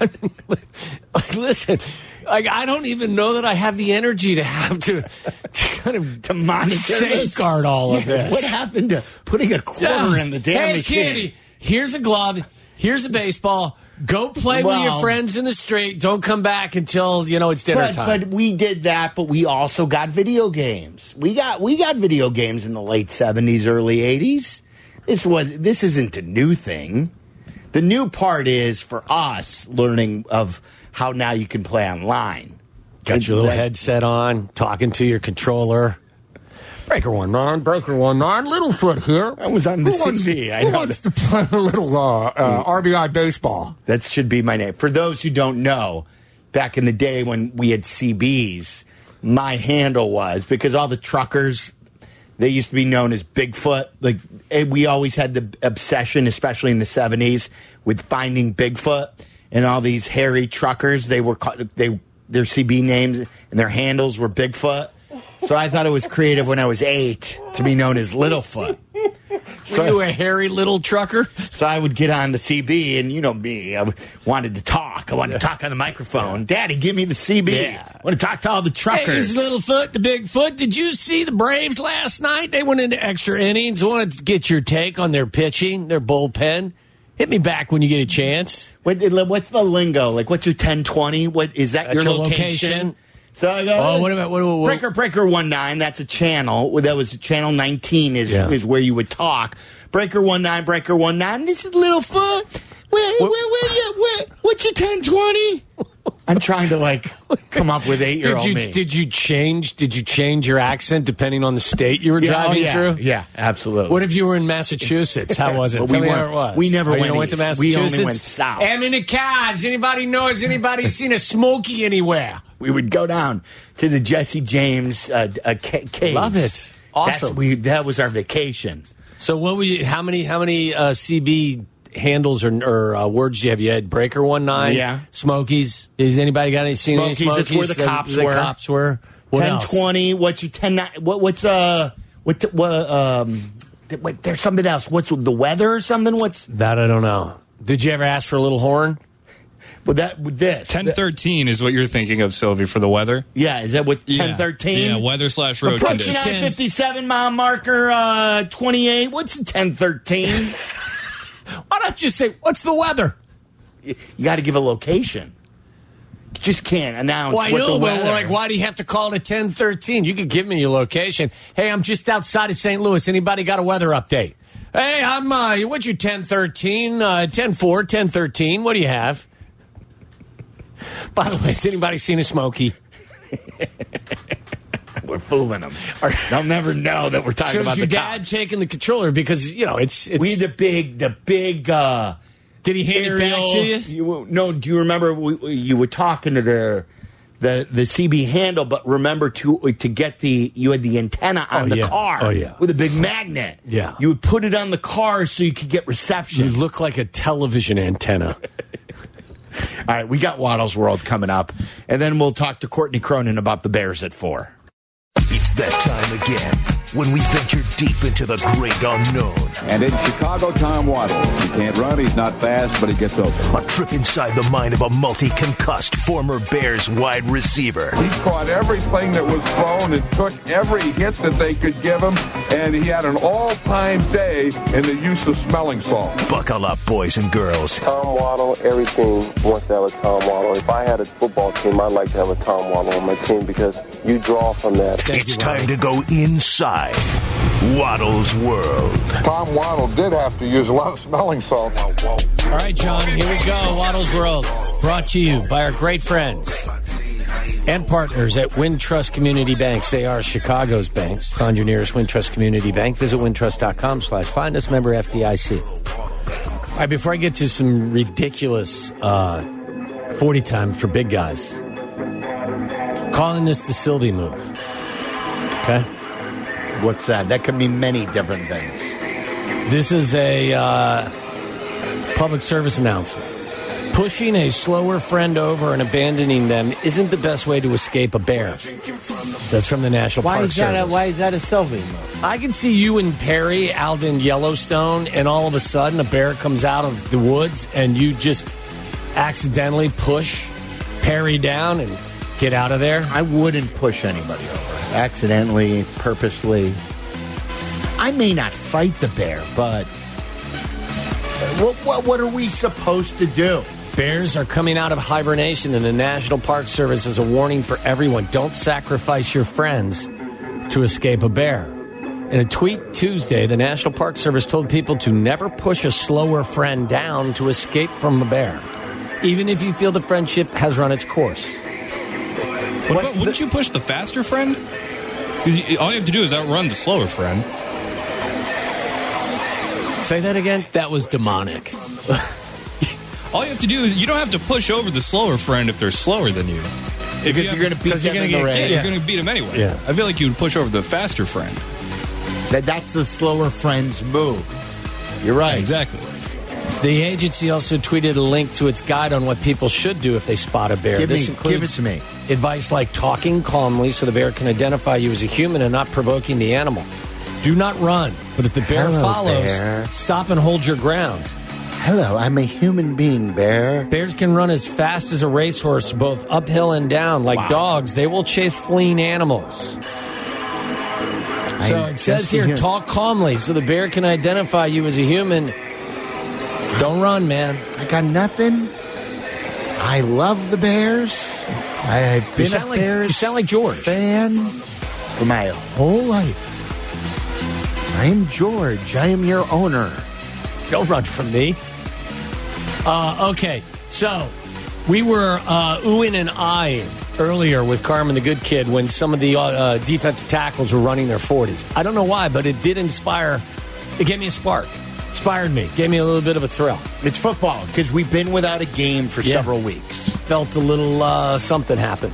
[SPEAKER 1] like, listen, like I don't even know that I have the energy to have to, to kind of
[SPEAKER 2] To monitor this.
[SPEAKER 1] safeguard all of this.
[SPEAKER 2] What happened to putting a quarter
[SPEAKER 1] Yeah.
[SPEAKER 2] in the damn
[SPEAKER 1] hey,
[SPEAKER 2] machine?
[SPEAKER 1] Kitty, here's a glove. Here's a baseball. Go play with your
[SPEAKER 2] Well-
[SPEAKER 1] friends in the street. Don't come back until you know it's dinner
[SPEAKER 2] But,
[SPEAKER 1] time.
[SPEAKER 2] but we did that, but we also got video games. We got we got video games in the late seventies, early eighties. This was this isn't a new thing. The new part is for us learning of how now you can play online.
[SPEAKER 1] Got your little
[SPEAKER 2] That-
[SPEAKER 1] headset on, talking to your controller. Breaker one nine, breaker one nine, Littlefoot here.
[SPEAKER 2] I was on the sixty. I
[SPEAKER 1] Who
[SPEAKER 2] know Hmm.
[SPEAKER 1] wants to play a little uh, uh, RBI baseball?
[SPEAKER 2] That should be my name. For those who don't know, back in the day when we had CBs, my handle was because all the truckers, they used to be known as Bigfoot. Like eh, we always had the obsession, especially in the seventies, with finding Bigfoot and all these hairy truckers. They were ca- they their CB names and their handles were Bigfoot. So I thought it was creative when I was eight to be known as Littlefoot.
[SPEAKER 1] Were you a hairy little trucker?
[SPEAKER 2] So I would get on the CB, and you know me, I wanted to talk. I wanted to talk on the microphone. Daddy, give me the CB. I want to talk to all the
[SPEAKER 1] Hey,
[SPEAKER 2] truckers.
[SPEAKER 1] this Littlefoot, the Bigfoot. Did you see the Braves last night? They went into extra innings. Wanted to get your take on their pitching, their bullpen. Hit me back when you get a chance.
[SPEAKER 2] What- what's the lingo? Like, what's your 1020? What is that
[SPEAKER 1] That's
[SPEAKER 2] your,
[SPEAKER 1] your
[SPEAKER 2] location?
[SPEAKER 1] location.
[SPEAKER 2] So I go.
[SPEAKER 1] Oh, what about- what- what- what-
[SPEAKER 2] Breaker Breaker One Nine? That's a channel. Well, That was channel nineteen. Is
[SPEAKER 1] Yeah.
[SPEAKER 2] is where you would talk. Breaker One Nine, Breaker One Nine. This is Littlefoot. Where, where, where, yeah, where, what's your 1020? I'm trying to like come up with eight year
[SPEAKER 1] Did
[SPEAKER 2] old
[SPEAKER 1] you
[SPEAKER 2] me.
[SPEAKER 1] did you change? Did you change your accent depending on the state you were
[SPEAKER 2] yeah, oh,
[SPEAKER 1] driving
[SPEAKER 2] yeah,
[SPEAKER 1] through?
[SPEAKER 2] Yeah, absolutely.
[SPEAKER 1] What if you were in Massachusetts? How was it?
[SPEAKER 2] Well, we
[SPEAKER 1] Tell me
[SPEAKER 2] weren't-
[SPEAKER 1] how it was.
[SPEAKER 2] we never
[SPEAKER 1] Oh, you
[SPEAKER 2] went
[SPEAKER 1] don't went to
[SPEAKER 2] east. We only
[SPEAKER 1] Massachusetts.
[SPEAKER 2] went south.
[SPEAKER 1] I'm in the cars. Anybody knows? Anybody seen a Smoky anywhere?
[SPEAKER 2] we would go down to the Jesse James uh, uh, ca- caves.
[SPEAKER 1] Love it.
[SPEAKER 2] That's-
[SPEAKER 1] Awesome.
[SPEAKER 2] we, that was our vacation.
[SPEAKER 1] So what were you? How many? How many uh, CB handles or, or uh, words do you have? You had Breaker One Nine.
[SPEAKER 2] Yeah.
[SPEAKER 1] Smokies. Has anybody got any seen
[SPEAKER 2] Smokies,
[SPEAKER 1] any
[SPEAKER 2] that's
[SPEAKER 1] Smokies?
[SPEAKER 2] where the cops
[SPEAKER 1] the
[SPEAKER 2] were.
[SPEAKER 1] cops were. What
[SPEAKER 2] Ten
[SPEAKER 1] else?
[SPEAKER 2] twenty. What's your ten? ni- What, what's uh? What what um? th- Wait, there's something else. What's the weather or something? What's
[SPEAKER 1] That I don't know. Did you ever ask for a little horn?
[SPEAKER 2] well, that with this?
[SPEAKER 4] Ten
[SPEAKER 2] Th-
[SPEAKER 4] thirteen is what you're thinking of, Sylvie, for the weather.
[SPEAKER 2] yeah, is that what
[SPEAKER 4] Yeah.
[SPEAKER 2] ten thirteen?
[SPEAKER 4] Yeah, weather slash road
[SPEAKER 2] Approaching
[SPEAKER 4] conditions.
[SPEAKER 1] conditions.
[SPEAKER 2] nine fifty seven mile marker uh twenty eight. What's ten thirteen?
[SPEAKER 1] Why not just say what's the weather?
[SPEAKER 2] you got to give a location. You just can't announce.
[SPEAKER 1] Well, I
[SPEAKER 2] what
[SPEAKER 1] know,
[SPEAKER 2] the
[SPEAKER 1] but
[SPEAKER 2] weather.
[SPEAKER 1] like, why do you have to call it ten thirteen? You could give me your location. Hey, I'm just outside of St. Louis. Anybody got a weather update? Hey, I'm. Uh, what's your ten thirteen? Uh, ten four, ten thirteen. What do you have? By the way, has anybody seen a Smoky?
[SPEAKER 2] We're fooling them. They'll never know that we're talking
[SPEAKER 1] So
[SPEAKER 2] about
[SPEAKER 1] is your
[SPEAKER 2] the
[SPEAKER 1] dad
[SPEAKER 2] cops.
[SPEAKER 1] taking the controller because you know it's. it's
[SPEAKER 2] we had the big, the big uh,
[SPEAKER 1] did he hand it back
[SPEAKER 2] aerial-
[SPEAKER 1] to you?
[SPEAKER 2] no, do you remember we, we- you were talking to the the the CB handle? But remember to to get the you had the antenna on
[SPEAKER 1] Oh,
[SPEAKER 2] the
[SPEAKER 1] yeah.
[SPEAKER 2] car
[SPEAKER 1] Oh, yeah.
[SPEAKER 2] with a big magnet.
[SPEAKER 1] Yeah.
[SPEAKER 2] you would put it on the car so you could get
[SPEAKER 1] You
[SPEAKER 2] reception.
[SPEAKER 1] look like a television antenna.
[SPEAKER 2] All right, we got Waddle's World coming up, and then we'll talk to Courtney Cronin about the Bears at four.
[SPEAKER 11] that time again when we venture deep into the great unknown.
[SPEAKER 12] And in Chicago, Tom Waddle. He can't run, he's not fast, but he gets open.
[SPEAKER 11] A trip inside the mind of a multi-concussed former Bears wide receiver.
[SPEAKER 13] He caught everything that was thrown and took every hit that they could give him, and he had an all-time day in the use of smelling salts.
[SPEAKER 11] Buckle up, boys and girls.
[SPEAKER 14] Tom Waddle, every team wants to have a Tom Waddle. If I had a football team, I'd like to have a Tom Waddle on my team because you draw from that.
[SPEAKER 11] it's time to go inside Waddle's world.
[SPEAKER 13] Tom Waddle did have to use a lot of smelling salts.
[SPEAKER 1] All right, John, here we go. Waddle's World, brought to you by our great friends and partners at Wintrust Community Banks. They are Chicago's banks. Find your nearest Wintrust Community Bank. Visit wintrust.com slash find us member FDIC. All right, before I get to some ridiculous uh, 40 time for big guys, calling this the Sylvie move. Okay?
[SPEAKER 2] What's that? That can mean many different things.
[SPEAKER 1] This is a uh, public service announcement. Pushing a slower friend over and abandoning them isn't the best way to escape a bear. That's from the National
[SPEAKER 15] Why
[SPEAKER 1] Park
[SPEAKER 15] is that? A,
[SPEAKER 1] Service.
[SPEAKER 15] why is that a selfie?
[SPEAKER 1] I can see you and Perry out in Yellowstone, and all of a sudden a bear comes out of the woods, and you just accidentally push Perry down and get out of there.
[SPEAKER 2] I wouldn't push anybody over. Accidentally, purposely. I may not fight the bear, but what, what, what are we supposed to do?
[SPEAKER 1] Bears are coming out of hibernation, and the National Park Service is a warning for everyone don't sacrifice your friends to escape a bear. In a tweet Tuesday, the National Park Service told people to never push a slower friend down to escape from a bear, even if you feel the friendship has run its course.
[SPEAKER 4] What about, wouldn't you push the faster friend? 'Cause you- all you have to do is outrun the slower friend.
[SPEAKER 1] Say that again? That was demonic.
[SPEAKER 4] All you have to do is you don't have to push over the slower friend if they're slower than you. If
[SPEAKER 2] Because you're gonna beat
[SPEAKER 4] 'cause you're
[SPEAKER 2] them
[SPEAKER 4] gonna
[SPEAKER 2] in the
[SPEAKER 4] get-
[SPEAKER 2] race.
[SPEAKER 4] yeah,
[SPEAKER 2] Yeah.
[SPEAKER 4] You're going to beat them anyway.
[SPEAKER 2] Yeah.
[SPEAKER 4] I feel like you would push over the faster friend.
[SPEAKER 2] That, that's the slower friend's move. You're right.
[SPEAKER 4] Exactly.
[SPEAKER 1] The agency also tweeted a link to its guide on what people should do if they spot a bear.
[SPEAKER 2] Give
[SPEAKER 1] this
[SPEAKER 2] me-
[SPEAKER 1] includes
[SPEAKER 2] give it to me.
[SPEAKER 1] Advice like talking calmly so the bear can identify you as a human and not provoking the animal. Do not run, but if the bear
[SPEAKER 2] Hello,
[SPEAKER 1] follows,
[SPEAKER 2] bear.
[SPEAKER 1] stop and hold your ground.
[SPEAKER 2] Hello, I'm a human being, bear.
[SPEAKER 1] Bears can run as fast as a racehorse, both uphill and down. Like dogs, they will chase fleeing animals. So
[SPEAKER 2] I'm
[SPEAKER 1] it says
[SPEAKER 2] just
[SPEAKER 1] here,
[SPEAKER 2] here.
[SPEAKER 1] talk calmly so the bear can identify you as a human. Don't run, man.
[SPEAKER 2] I got nothing. I love the Bears. I, I've
[SPEAKER 1] You
[SPEAKER 2] been
[SPEAKER 1] sound
[SPEAKER 2] a
[SPEAKER 1] like-
[SPEAKER 2] Bears
[SPEAKER 1] you sound like George.
[SPEAKER 2] fan for my whole life. I am George. I am your owner.
[SPEAKER 1] Don't run from me. Uh, okay, so we were uh, oohing and eyeing earlier with Carmen the Good Kid when some of the uh, uh, defensive tackles were running their 40s. I don't know why, but it did inspire, it gave me a spark. Inspired me, gave me a little bit of a thrill.
[SPEAKER 2] It's football because we've been without a game for
[SPEAKER 1] Yeah.
[SPEAKER 2] several weeks.
[SPEAKER 1] Felt a little uh, something happen.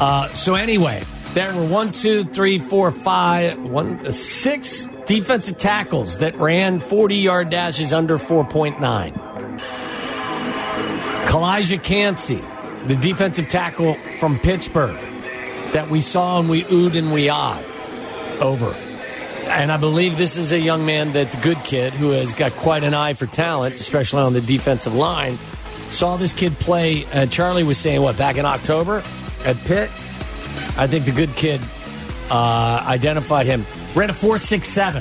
[SPEAKER 1] Uh, so, anyway, there were one, two, three, four, five, one, uh, six defensive tackles that ran 40 yard dashes under 4.9. Kalijah Cansey, the defensive tackle from Pittsburgh that we saw and we oohed and we ahed over. And I believe this is a young man that the good kid who has got quite an eye for talent, especially on the defensive line. Saw this kid play, uh, Charlie was saying, what, back in October at Pitt? I think the good kid uh, identified him. Ran a 4.67.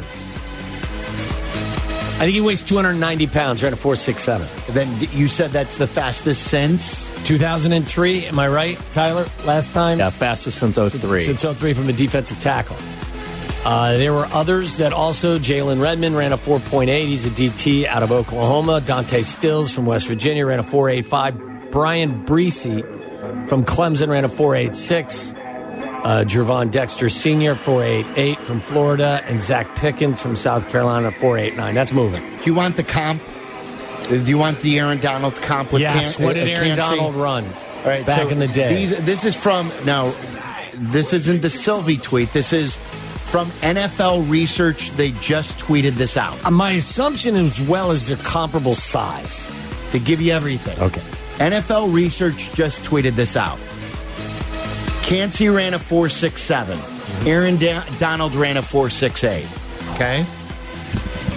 [SPEAKER 1] I think he weighs 290 pounds, ran a 4.67.
[SPEAKER 2] Then d- you said that's the fastest since.
[SPEAKER 1] 2003, am I right, Tyler? Last time?
[SPEAKER 3] Yeah, fastest since 03.
[SPEAKER 1] Since 03 from a defensive tackle. Uh, there were others that also, Jalen Redmond ran a 4.8. He's a DT out of Oklahoma. Dante Stills from West Virginia ran a 4.85. Brian Breesy from Clemson ran a 4.86. Uh, Jervon Dexter Sr., 4.88 from Florida. And Zach Pickens from South Carolina, 4.89. That's moving.
[SPEAKER 2] Do you want the comp? Do you want the Aaron Donald comp with
[SPEAKER 1] yes,
[SPEAKER 2] Can-
[SPEAKER 1] what did
[SPEAKER 2] uh,
[SPEAKER 1] Aaron
[SPEAKER 2] Cansey?
[SPEAKER 1] Donald run
[SPEAKER 2] All right,
[SPEAKER 1] back
[SPEAKER 2] so
[SPEAKER 1] in the day?
[SPEAKER 2] These, this is from now. This isn't the Sylvie tweet. This is from NFL research. They just tweeted this out.
[SPEAKER 1] Uh, My assumption as well is they're comparable size.
[SPEAKER 2] They give you everything.
[SPEAKER 1] Okay.
[SPEAKER 2] NFL research just tweeted this out. Cansey ran a four six seven. Aaron Da- Donald ran a 4.68. Okay.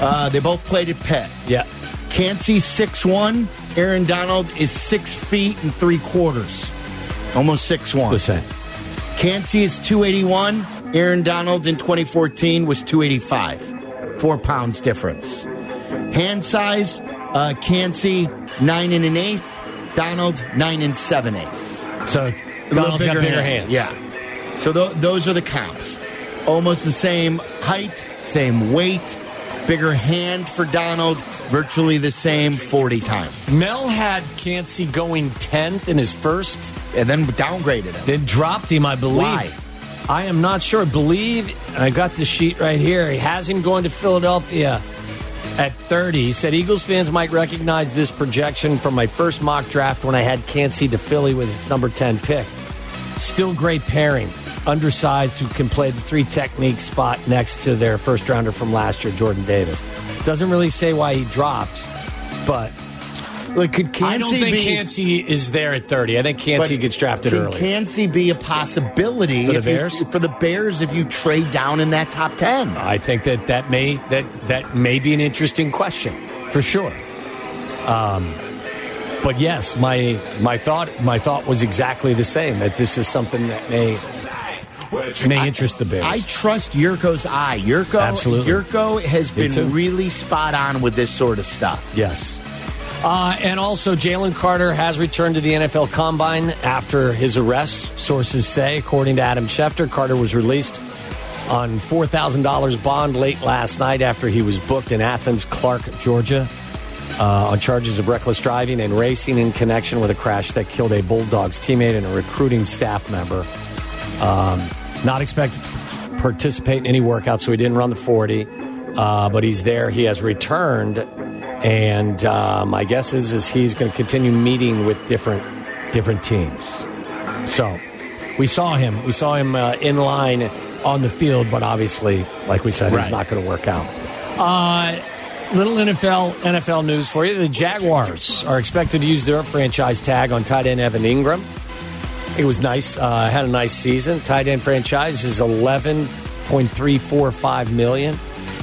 [SPEAKER 2] Uh, they both played at Pitt.
[SPEAKER 1] Yeah.
[SPEAKER 2] Cansey six one. Aaron Donald is six feet and three quarters, almost six one.
[SPEAKER 1] Listen.
[SPEAKER 2] Cansey is two eighty one. Aaron Donald in twenty fourteen was two eighty five, four pounds difference. Hand size: uh, Cansey nine and an eighth. Donald nine and seven eighths.
[SPEAKER 1] So Donald's got bigger hands.
[SPEAKER 2] Yeah. So tho- those are the counts. Almost the same height, same weight, bigger hand for Donald, virtually the same 40 times.
[SPEAKER 1] Mel had Cansey going 10th in his first.
[SPEAKER 2] And then downgraded him.
[SPEAKER 1] Then dropped him, I believe.
[SPEAKER 2] Why?
[SPEAKER 1] I am not sure. I believe, and I got the sheet right here. He has him going to Philadelphia at 30. He said Eagles fans might recognize this projection from my first mock draft when I had Cansey to Philly with his number 10 pick. Still great pairing. Undersized, who can play the three technique spot next to their first rounder from last year, Jordan Davis. Doesn't really say why he dropped, but
[SPEAKER 2] Like, could Cansey
[SPEAKER 1] I don't think
[SPEAKER 2] be,
[SPEAKER 1] Cansey is there at 30. I think Cansey
[SPEAKER 2] But
[SPEAKER 1] gets drafted
[SPEAKER 2] can
[SPEAKER 1] early.
[SPEAKER 2] Cansey be a possibility
[SPEAKER 1] For the
[SPEAKER 2] if you-
[SPEAKER 1] Bears?
[SPEAKER 2] for the Bears if you trade down in that top 10?
[SPEAKER 1] I think that that may that that may be an interesting question for sure. Um, but yes, my my thought my thought was exactly the same that this is something that may may interest the Bears.
[SPEAKER 2] I trust Yurko's eye. Yurko,
[SPEAKER 1] Absolutely.
[SPEAKER 2] Yurko has
[SPEAKER 1] Me
[SPEAKER 2] been
[SPEAKER 1] too.
[SPEAKER 2] really spot on with this sort of stuff.
[SPEAKER 1] Yes. Uh, and also, Jalen Carter has returned to the NFL Combine after his arrest, sources say. According to Adam Schefter, Carter was released on $4,000 bond late last night after he was booked in Athens, Clark, Georgia, uh, on charges of reckless driving and racing in connection with a crash that killed a Bulldogs teammate and a recruiting staff member. Um, not expected to participate in any workouts, so he didn't run the 40. Uh, but he's there. He has returned, and uh, my guess is is he's going to continue meeting with different different teams. So we saw him. We saw him uh, in line on the field, but obviously, like we said,
[SPEAKER 15] Right.
[SPEAKER 1] he's not going to work out. Uh, little NFL NFL news for you: the Jaguars are expected to use their franchise tag on tight end Evan Ingram. It was nice. Uh, had a nice season. Tight end franchise is eleven point three four five million.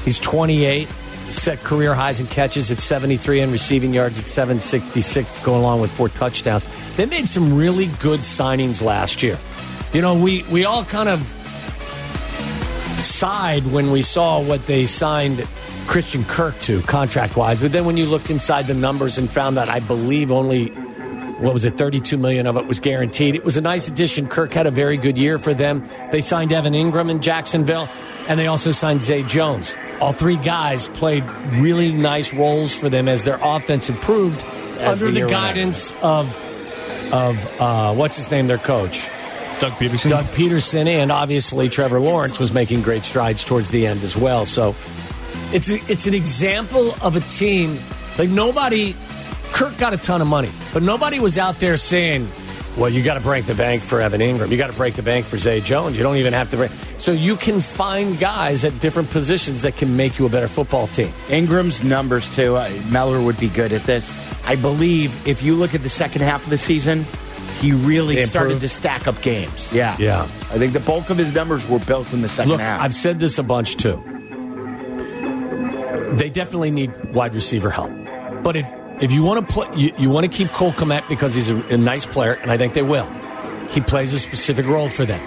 [SPEAKER 1] He's twenty eight. Set career highs in catches at seventy three and receiving yards at seven sixty six to go along with four touchdowns. They made some really good signings last year. You know, we we all kind of sighed when we saw what they signed Christian Kirk to contract wise, but then when you looked inside the numbers and found that I believe only what was it, 32 million of it was guaranteed. It was a nice addition. Kirk had a very good year for them. They signed Evan Ingram in Jacksonville, and they also signed Zay Jones. All three guys played really nice roles for them as their offense improved
[SPEAKER 15] As
[SPEAKER 1] under
[SPEAKER 15] the
[SPEAKER 1] the,
[SPEAKER 15] year went on.
[SPEAKER 1] guidance of of uh, what's his name, their coach. Doug Peterson. Doug Peterson, and obviously Trevor Lawrence was making great strides towards the end as well. So it's a, it's an example of a team like nobody. Kirk got a ton of money, but nobody was out there saying, "Well, you got to break the bank for Evan Ingram. You got to break the bank for Zay Jones. You don't even have to break." So you can find guys at different positions that can make you a better football team.
[SPEAKER 2] Ingram's numbers too. Uh, Meller would be good at this. I believe if you look at the second half of the season, he really
[SPEAKER 1] They
[SPEAKER 2] started
[SPEAKER 1] improved?
[SPEAKER 2] to stack up games. Yeah,
[SPEAKER 1] Yeah.
[SPEAKER 2] I think the bulk of his numbers were built in the second
[SPEAKER 1] Look,
[SPEAKER 2] half.
[SPEAKER 1] I've said this a bunch too. They definitely need wide receiver help. But if if you want to play, you, you want to keep Cole Komet because he's a, a nice player, and I think they will. He plays a specific role for them.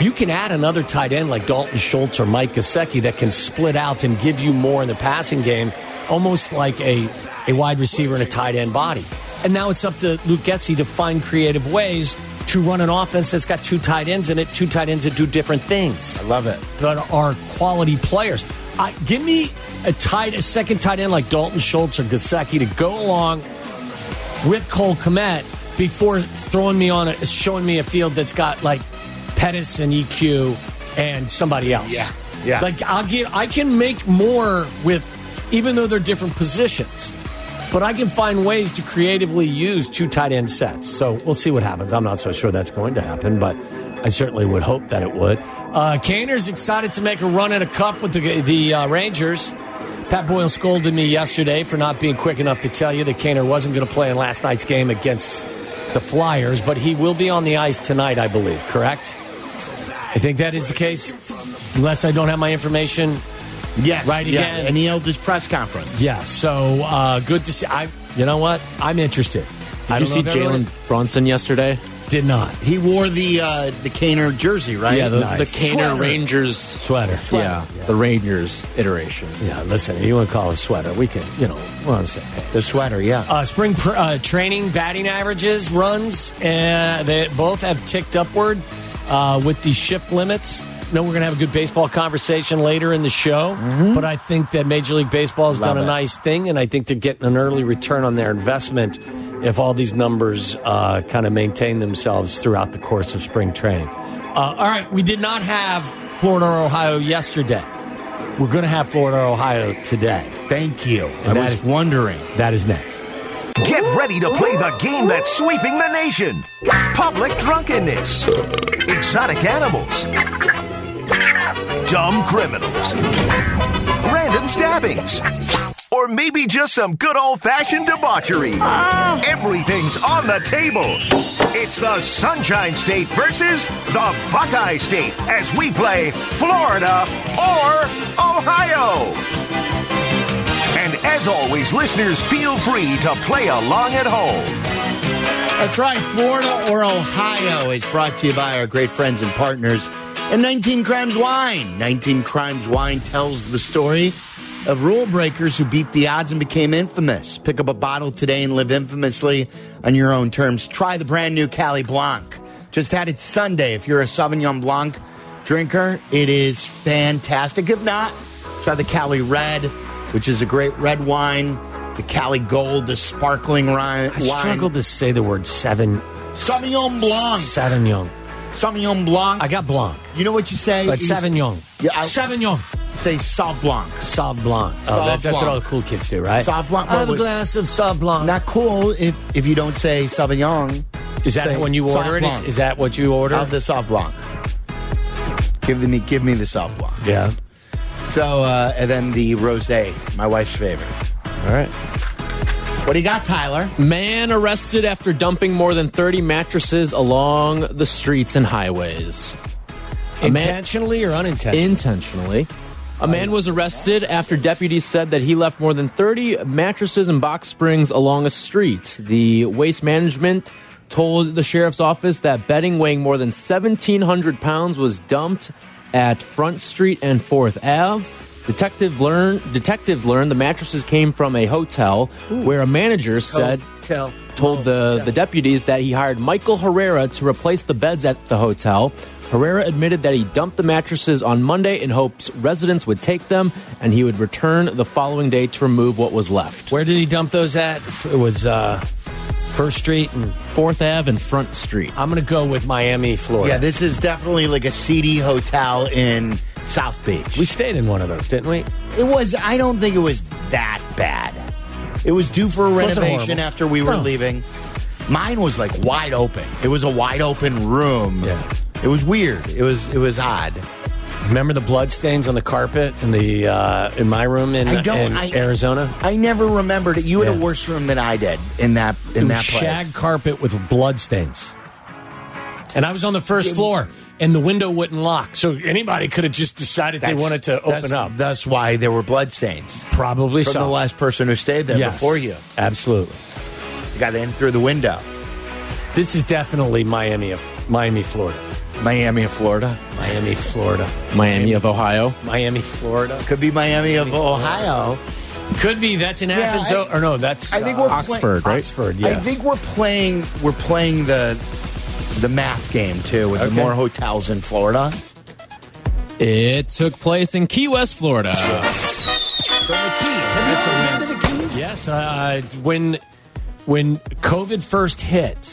[SPEAKER 1] You can add another tight end like Dalton Schultz or Mike Gesicki that can split out and give you more in the passing game, almost like a, a wide receiver and a tight end body. And now it's up to Luke Getzey to find creative ways to run an offense that's got two tight ends in it, two tight ends that do different things. I
[SPEAKER 2] love it.
[SPEAKER 1] But are quality players. I, give me a tight, a second tight end like Dalton Schultz or Gesicki to go along with Cole Komet before throwing me on a, showing me a field that's got like Pettis and EQ and somebody else.
[SPEAKER 15] Yeah, yeah.
[SPEAKER 1] Like I'll give, I can make more with, even though they're different positions, but I can find ways to creatively use two tight end sets. So we'll see what happens. I'm not so sure that's going to happen, but I certainly would hope that it would. Uh, Kaner's excited to make a run at a cup with the, the uh, Rangers. Pat Boyle scolded me yesterday for not being quick enough to tell you that Kaner wasn't going to play in last night's game against the Flyers, but he will be on the ice tonight, I believe, correct? I think that is the case, unless I don't have my information.
[SPEAKER 2] Yes,
[SPEAKER 1] right
[SPEAKER 2] yeah,
[SPEAKER 1] again.
[SPEAKER 2] and he held his press conference.
[SPEAKER 1] Yeah, so uh, good to see. I, you know what? I'm interested.
[SPEAKER 3] Did you see Jalen Brunson yesterday?
[SPEAKER 1] Did not.
[SPEAKER 2] He wore the uh, the Caner jersey, right?
[SPEAKER 3] Yeah, the, the
[SPEAKER 2] Nice.
[SPEAKER 3] Caner
[SPEAKER 2] Sweater.
[SPEAKER 3] Rangers
[SPEAKER 1] sweater.
[SPEAKER 3] Yeah, the Rangers iteration.
[SPEAKER 1] Yeah, listen, you want to call it a sweater? We can, you know, we're on the same page.
[SPEAKER 2] The sweater, yeah.
[SPEAKER 1] Uh, spring pr- uh, training batting averages, runs, uh, they both have ticked upward uh, with the shift limits. No, we're going to have a good baseball conversation later in the show, but I think that Major League Baseball has done a nice thing, and I think they're getting an early return on their investment if all these numbers uh, kind of maintain themselves throughout the course of spring training. Uh, all right, we did not have Florida or Ohio yesterday. We're going to have Florida or Ohio today.
[SPEAKER 2] Thank you. I
[SPEAKER 1] that
[SPEAKER 2] was
[SPEAKER 1] is-
[SPEAKER 2] wondering.
[SPEAKER 1] That is next.
[SPEAKER 11] Get ready to play the game that's sweeping the nation public drunkenness, exotic animals, dumb criminals, random stabbings, or maybe just some good old fashioned debauchery. Everything's on the table. It's the Sunshine State versus the Buckeye State as we play Florida or Ohio. And as always, listeners, feel free to play along at home.
[SPEAKER 2] That's right. Florida or Ohio is brought to you by our great friends and partners and 19 Crimes Wine. 19 Crimes Wine tells the story of rule breakers who beat the odds and became infamous. Pick up a bottle today and live infamously on your own terms. Try the brand new Cali Blanc. Just had it Sunday. If you're a Sauvignon Blanc drinker, it is fantastic. If not, try the Cali Red, which is a great red wine. The Cali Gold, the sparkling ri- wine.
[SPEAKER 1] I struggled to say the word seven.
[SPEAKER 2] Sauvignon Blanc.
[SPEAKER 1] Sauvignon.
[SPEAKER 2] Sauvignon Blanc.
[SPEAKER 1] I got Blanc,
[SPEAKER 2] You know what you say?
[SPEAKER 1] but
[SPEAKER 2] You
[SPEAKER 1] Sauvignon.
[SPEAKER 2] Yeah, I-
[SPEAKER 1] Sauvignon.
[SPEAKER 2] Say Sauv Blanc.
[SPEAKER 1] Sauv Blanc. Oh,
[SPEAKER 2] Sauv
[SPEAKER 1] that's, that's what
[SPEAKER 2] Blanc.
[SPEAKER 1] all the cool kids do, right? Oh,
[SPEAKER 2] Sauv Blanc.
[SPEAKER 1] I have a
[SPEAKER 2] Well,
[SPEAKER 1] glass of Sauv Blanc.
[SPEAKER 2] Not cool if, if you don't say Sauvignon.
[SPEAKER 1] is that
[SPEAKER 2] say
[SPEAKER 1] when you
[SPEAKER 2] Sauv
[SPEAKER 1] order it? Is,
[SPEAKER 2] Blanc.
[SPEAKER 1] is that what you order?
[SPEAKER 2] Of the Sauv Blanc. Give me, give me the Sauv Blanc.
[SPEAKER 1] yeah.
[SPEAKER 2] So, uh, and then the rosé, my wife's favorite.
[SPEAKER 1] All right.
[SPEAKER 2] What do you got, Tyler?
[SPEAKER 3] Man arrested after dumping more than 30 mattresses along the streets and highways. A man-
[SPEAKER 1] Intentionally or unintentionally?
[SPEAKER 3] intentionally. A man was arrested after deputies said that he left more than 30 mattresses and box springs along a street. The waste management told the sheriff's office that bedding weighing more than 1,700 pounds was dumped at Front Street and 4th Ave. Detective learn, detectives learned the mattresses came from a hotel where a manager said
[SPEAKER 1] Hotel.
[SPEAKER 3] told the, the deputies that he hired Michael Herrera to replace the beds at the hotel. Herrera admitted that he dumped the mattresses on Monday in hopes residents would take them and he would return the following day to remove what was left.
[SPEAKER 1] Where did he dump those at? It was uh, First Street, and
[SPEAKER 3] Fourth Ave and Front Street.
[SPEAKER 1] I'm going to go with Miami, Florida.
[SPEAKER 2] Yeah, this is definitely like a seedy hotel in South Beach.
[SPEAKER 1] we stayed in one of those, didn't we?
[SPEAKER 2] It was. I don't think it was that bad. It was due for a
[SPEAKER 1] Wasn't
[SPEAKER 2] renovation
[SPEAKER 1] horrible.
[SPEAKER 2] after we were
[SPEAKER 1] No.
[SPEAKER 2] leaving. Mine was like wide open. It was a wide open room.
[SPEAKER 1] Yeah.
[SPEAKER 2] It was weird. It was. It was odd.
[SPEAKER 1] Remember the blood stains on the carpet in the uh, in my room in,
[SPEAKER 2] I don't-
[SPEAKER 1] in
[SPEAKER 2] I-
[SPEAKER 1] Arizona?
[SPEAKER 2] I never remembered it. You had a
[SPEAKER 1] Yeah.
[SPEAKER 2] worse room than I did in that in that place.
[SPEAKER 1] shag carpet with bloodstains. And I was on the first floor, and the window wouldn't lock, so anybody could have just decided they
[SPEAKER 2] That's-
[SPEAKER 1] wanted to
[SPEAKER 2] that's-
[SPEAKER 1] open up.
[SPEAKER 2] That's why there were bloodstains
[SPEAKER 1] Probably
[SPEAKER 2] from
[SPEAKER 1] so.
[SPEAKER 2] the last person who stayed there
[SPEAKER 1] Yes.
[SPEAKER 2] before you.
[SPEAKER 1] absolutely.
[SPEAKER 2] Got in through the window.
[SPEAKER 1] This is definitely Miami of Miami, Florida.
[SPEAKER 2] Miami of Florida
[SPEAKER 1] Miami, Florida.
[SPEAKER 3] Miami of Ohio.
[SPEAKER 1] Miami, Florida.
[SPEAKER 2] could be Miami of Ohio.
[SPEAKER 1] Could be that's in Athens,
[SPEAKER 2] I-
[SPEAKER 1] oh, or no? That's
[SPEAKER 2] I think we're
[SPEAKER 1] uh,
[SPEAKER 2] playing-
[SPEAKER 3] Oxford, right?
[SPEAKER 1] Oxford. Yeah.
[SPEAKER 2] I think we're playing we're playing the the math game too with the more hotels in Florida.
[SPEAKER 3] It took place in Key West, Florida.
[SPEAKER 2] From the Keys. Have you ever been to the Keys?
[SPEAKER 1] Yes, uh, when when COVID first hit,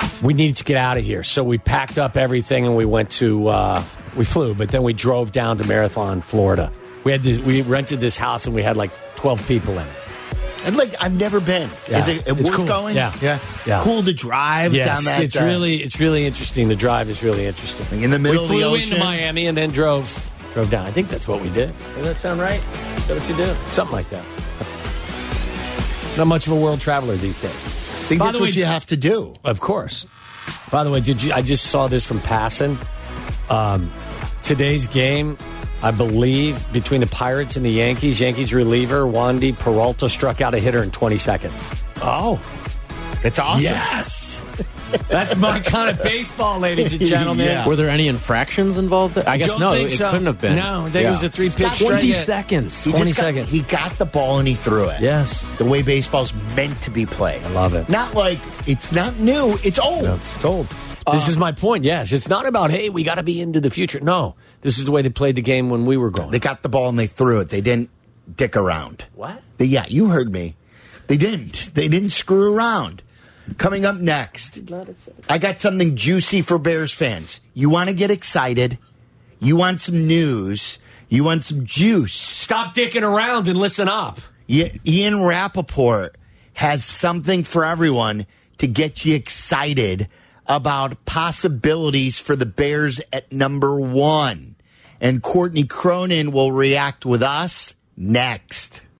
[SPEAKER 1] um, we needed to get out of here, so we packed up everything and we went to uh, we flew, but then we drove down to Marathon, Florida. We had to, we rented this house and we had like twelve people in it.
[SPEAKER 2] And like I've never been.
[SPEAKER 1] Yeah.
[SPEAKER 2] Is it
[SPEAKER 1] It's
[SPEAKER 2] worth
[SPEAKER 1] cool.
[SPEAKER 2] going?
[SPEAKER 1] Yeah.
[SPEAKER 2] yeah.
[SPEAKER 1] Yeah.
[SPEAKER 2] Cool to drive down that.
[SPEAKER 1] it's
[SPEAKER 2] uh,
[SPEAKER 1] really it's really interesting. The drive is really interesting.
[SPEAKER 2] Like in the middle
[SPEAKER 1] we
[SPEAKER 2] of the
[SPEAKER 1] flew
[SPEAKER 2] ocean.
[SPEAKER 1] into Miami and then drove drove down. I think that's what we did. Does that sound right? Is that what you did? Something like that. Not much of a world traveler these days.
[SPEAKER 2] I think
[SPEAKER 1] By
[SPEAKER 2] that's
[SPEAKER 1] the way,
[SPEAKER 2] what you have to do.
[SPEAKER 1] Of course. By the way, did you? I just saw this from passing. Um, today's game, I believe, between the Pirates and the Yankees. Yankees reliever Wandy Peralta struck out a hitter in 20 seconds.
[SPEAKER 2] Oh, that's awesome.
[SPEAKER 1] Yes, that's my kind of baseball, ladies and gentlemen.
[SPEAKER 3] Were there any infractions involved? I guess
[SPEAKER 1] Don't
[SPEAKER 3] no.
[SPEAKER 1] think
[SPEAKER 3] It
[SPEAKER 1] so.
[SPEAKER 3] couldn't have been.
[SPEAKER 1] No, there was a three-pitch
[SPEAKER 3] Stop.
[SPEAKER 1] strike.
[SPEAKER 3] Twenty
[SPEAKER 1] Yeah.
[SPEAKER 3] seconds.
[SPEAKER 2] He just
[SPEAKER 3] Twenty
[SPEAKER 2] got-
[SPEAKER 3] seconds.
[SPEAKER 2] He got the ball and he threw it.
[SPEAKER 1] Yes.
[SPEAKER 2] The way baseball's meant to be played. I
[SPEAKER 1] love it.
[SPEAKER 2] Not like it's not new, it's old.
[SPEAKER 1] It's old. This is my point. Yes, it's not about hey, we got to be into the future. No, this is the way they played the game when we were growing.
[SPEAKER 2] They got the ball and they threw it. They didn't dick around.
[SPEAKER 1] What?
[SPEAKER 2] They, yeah, you heard me. They didn't. They didn't screw around. Coming up next, I got something juicy for Bears fans. You want to get excited, you want some news, you want some juice.
[SPEAKER 1] Stop dicking around and listen up.
[SPEAKER 2] Yeah, Ian Rappaport has something for everyone to get you excited about possibilities for the Bears at number one. And Courtney Cronin will react with us next.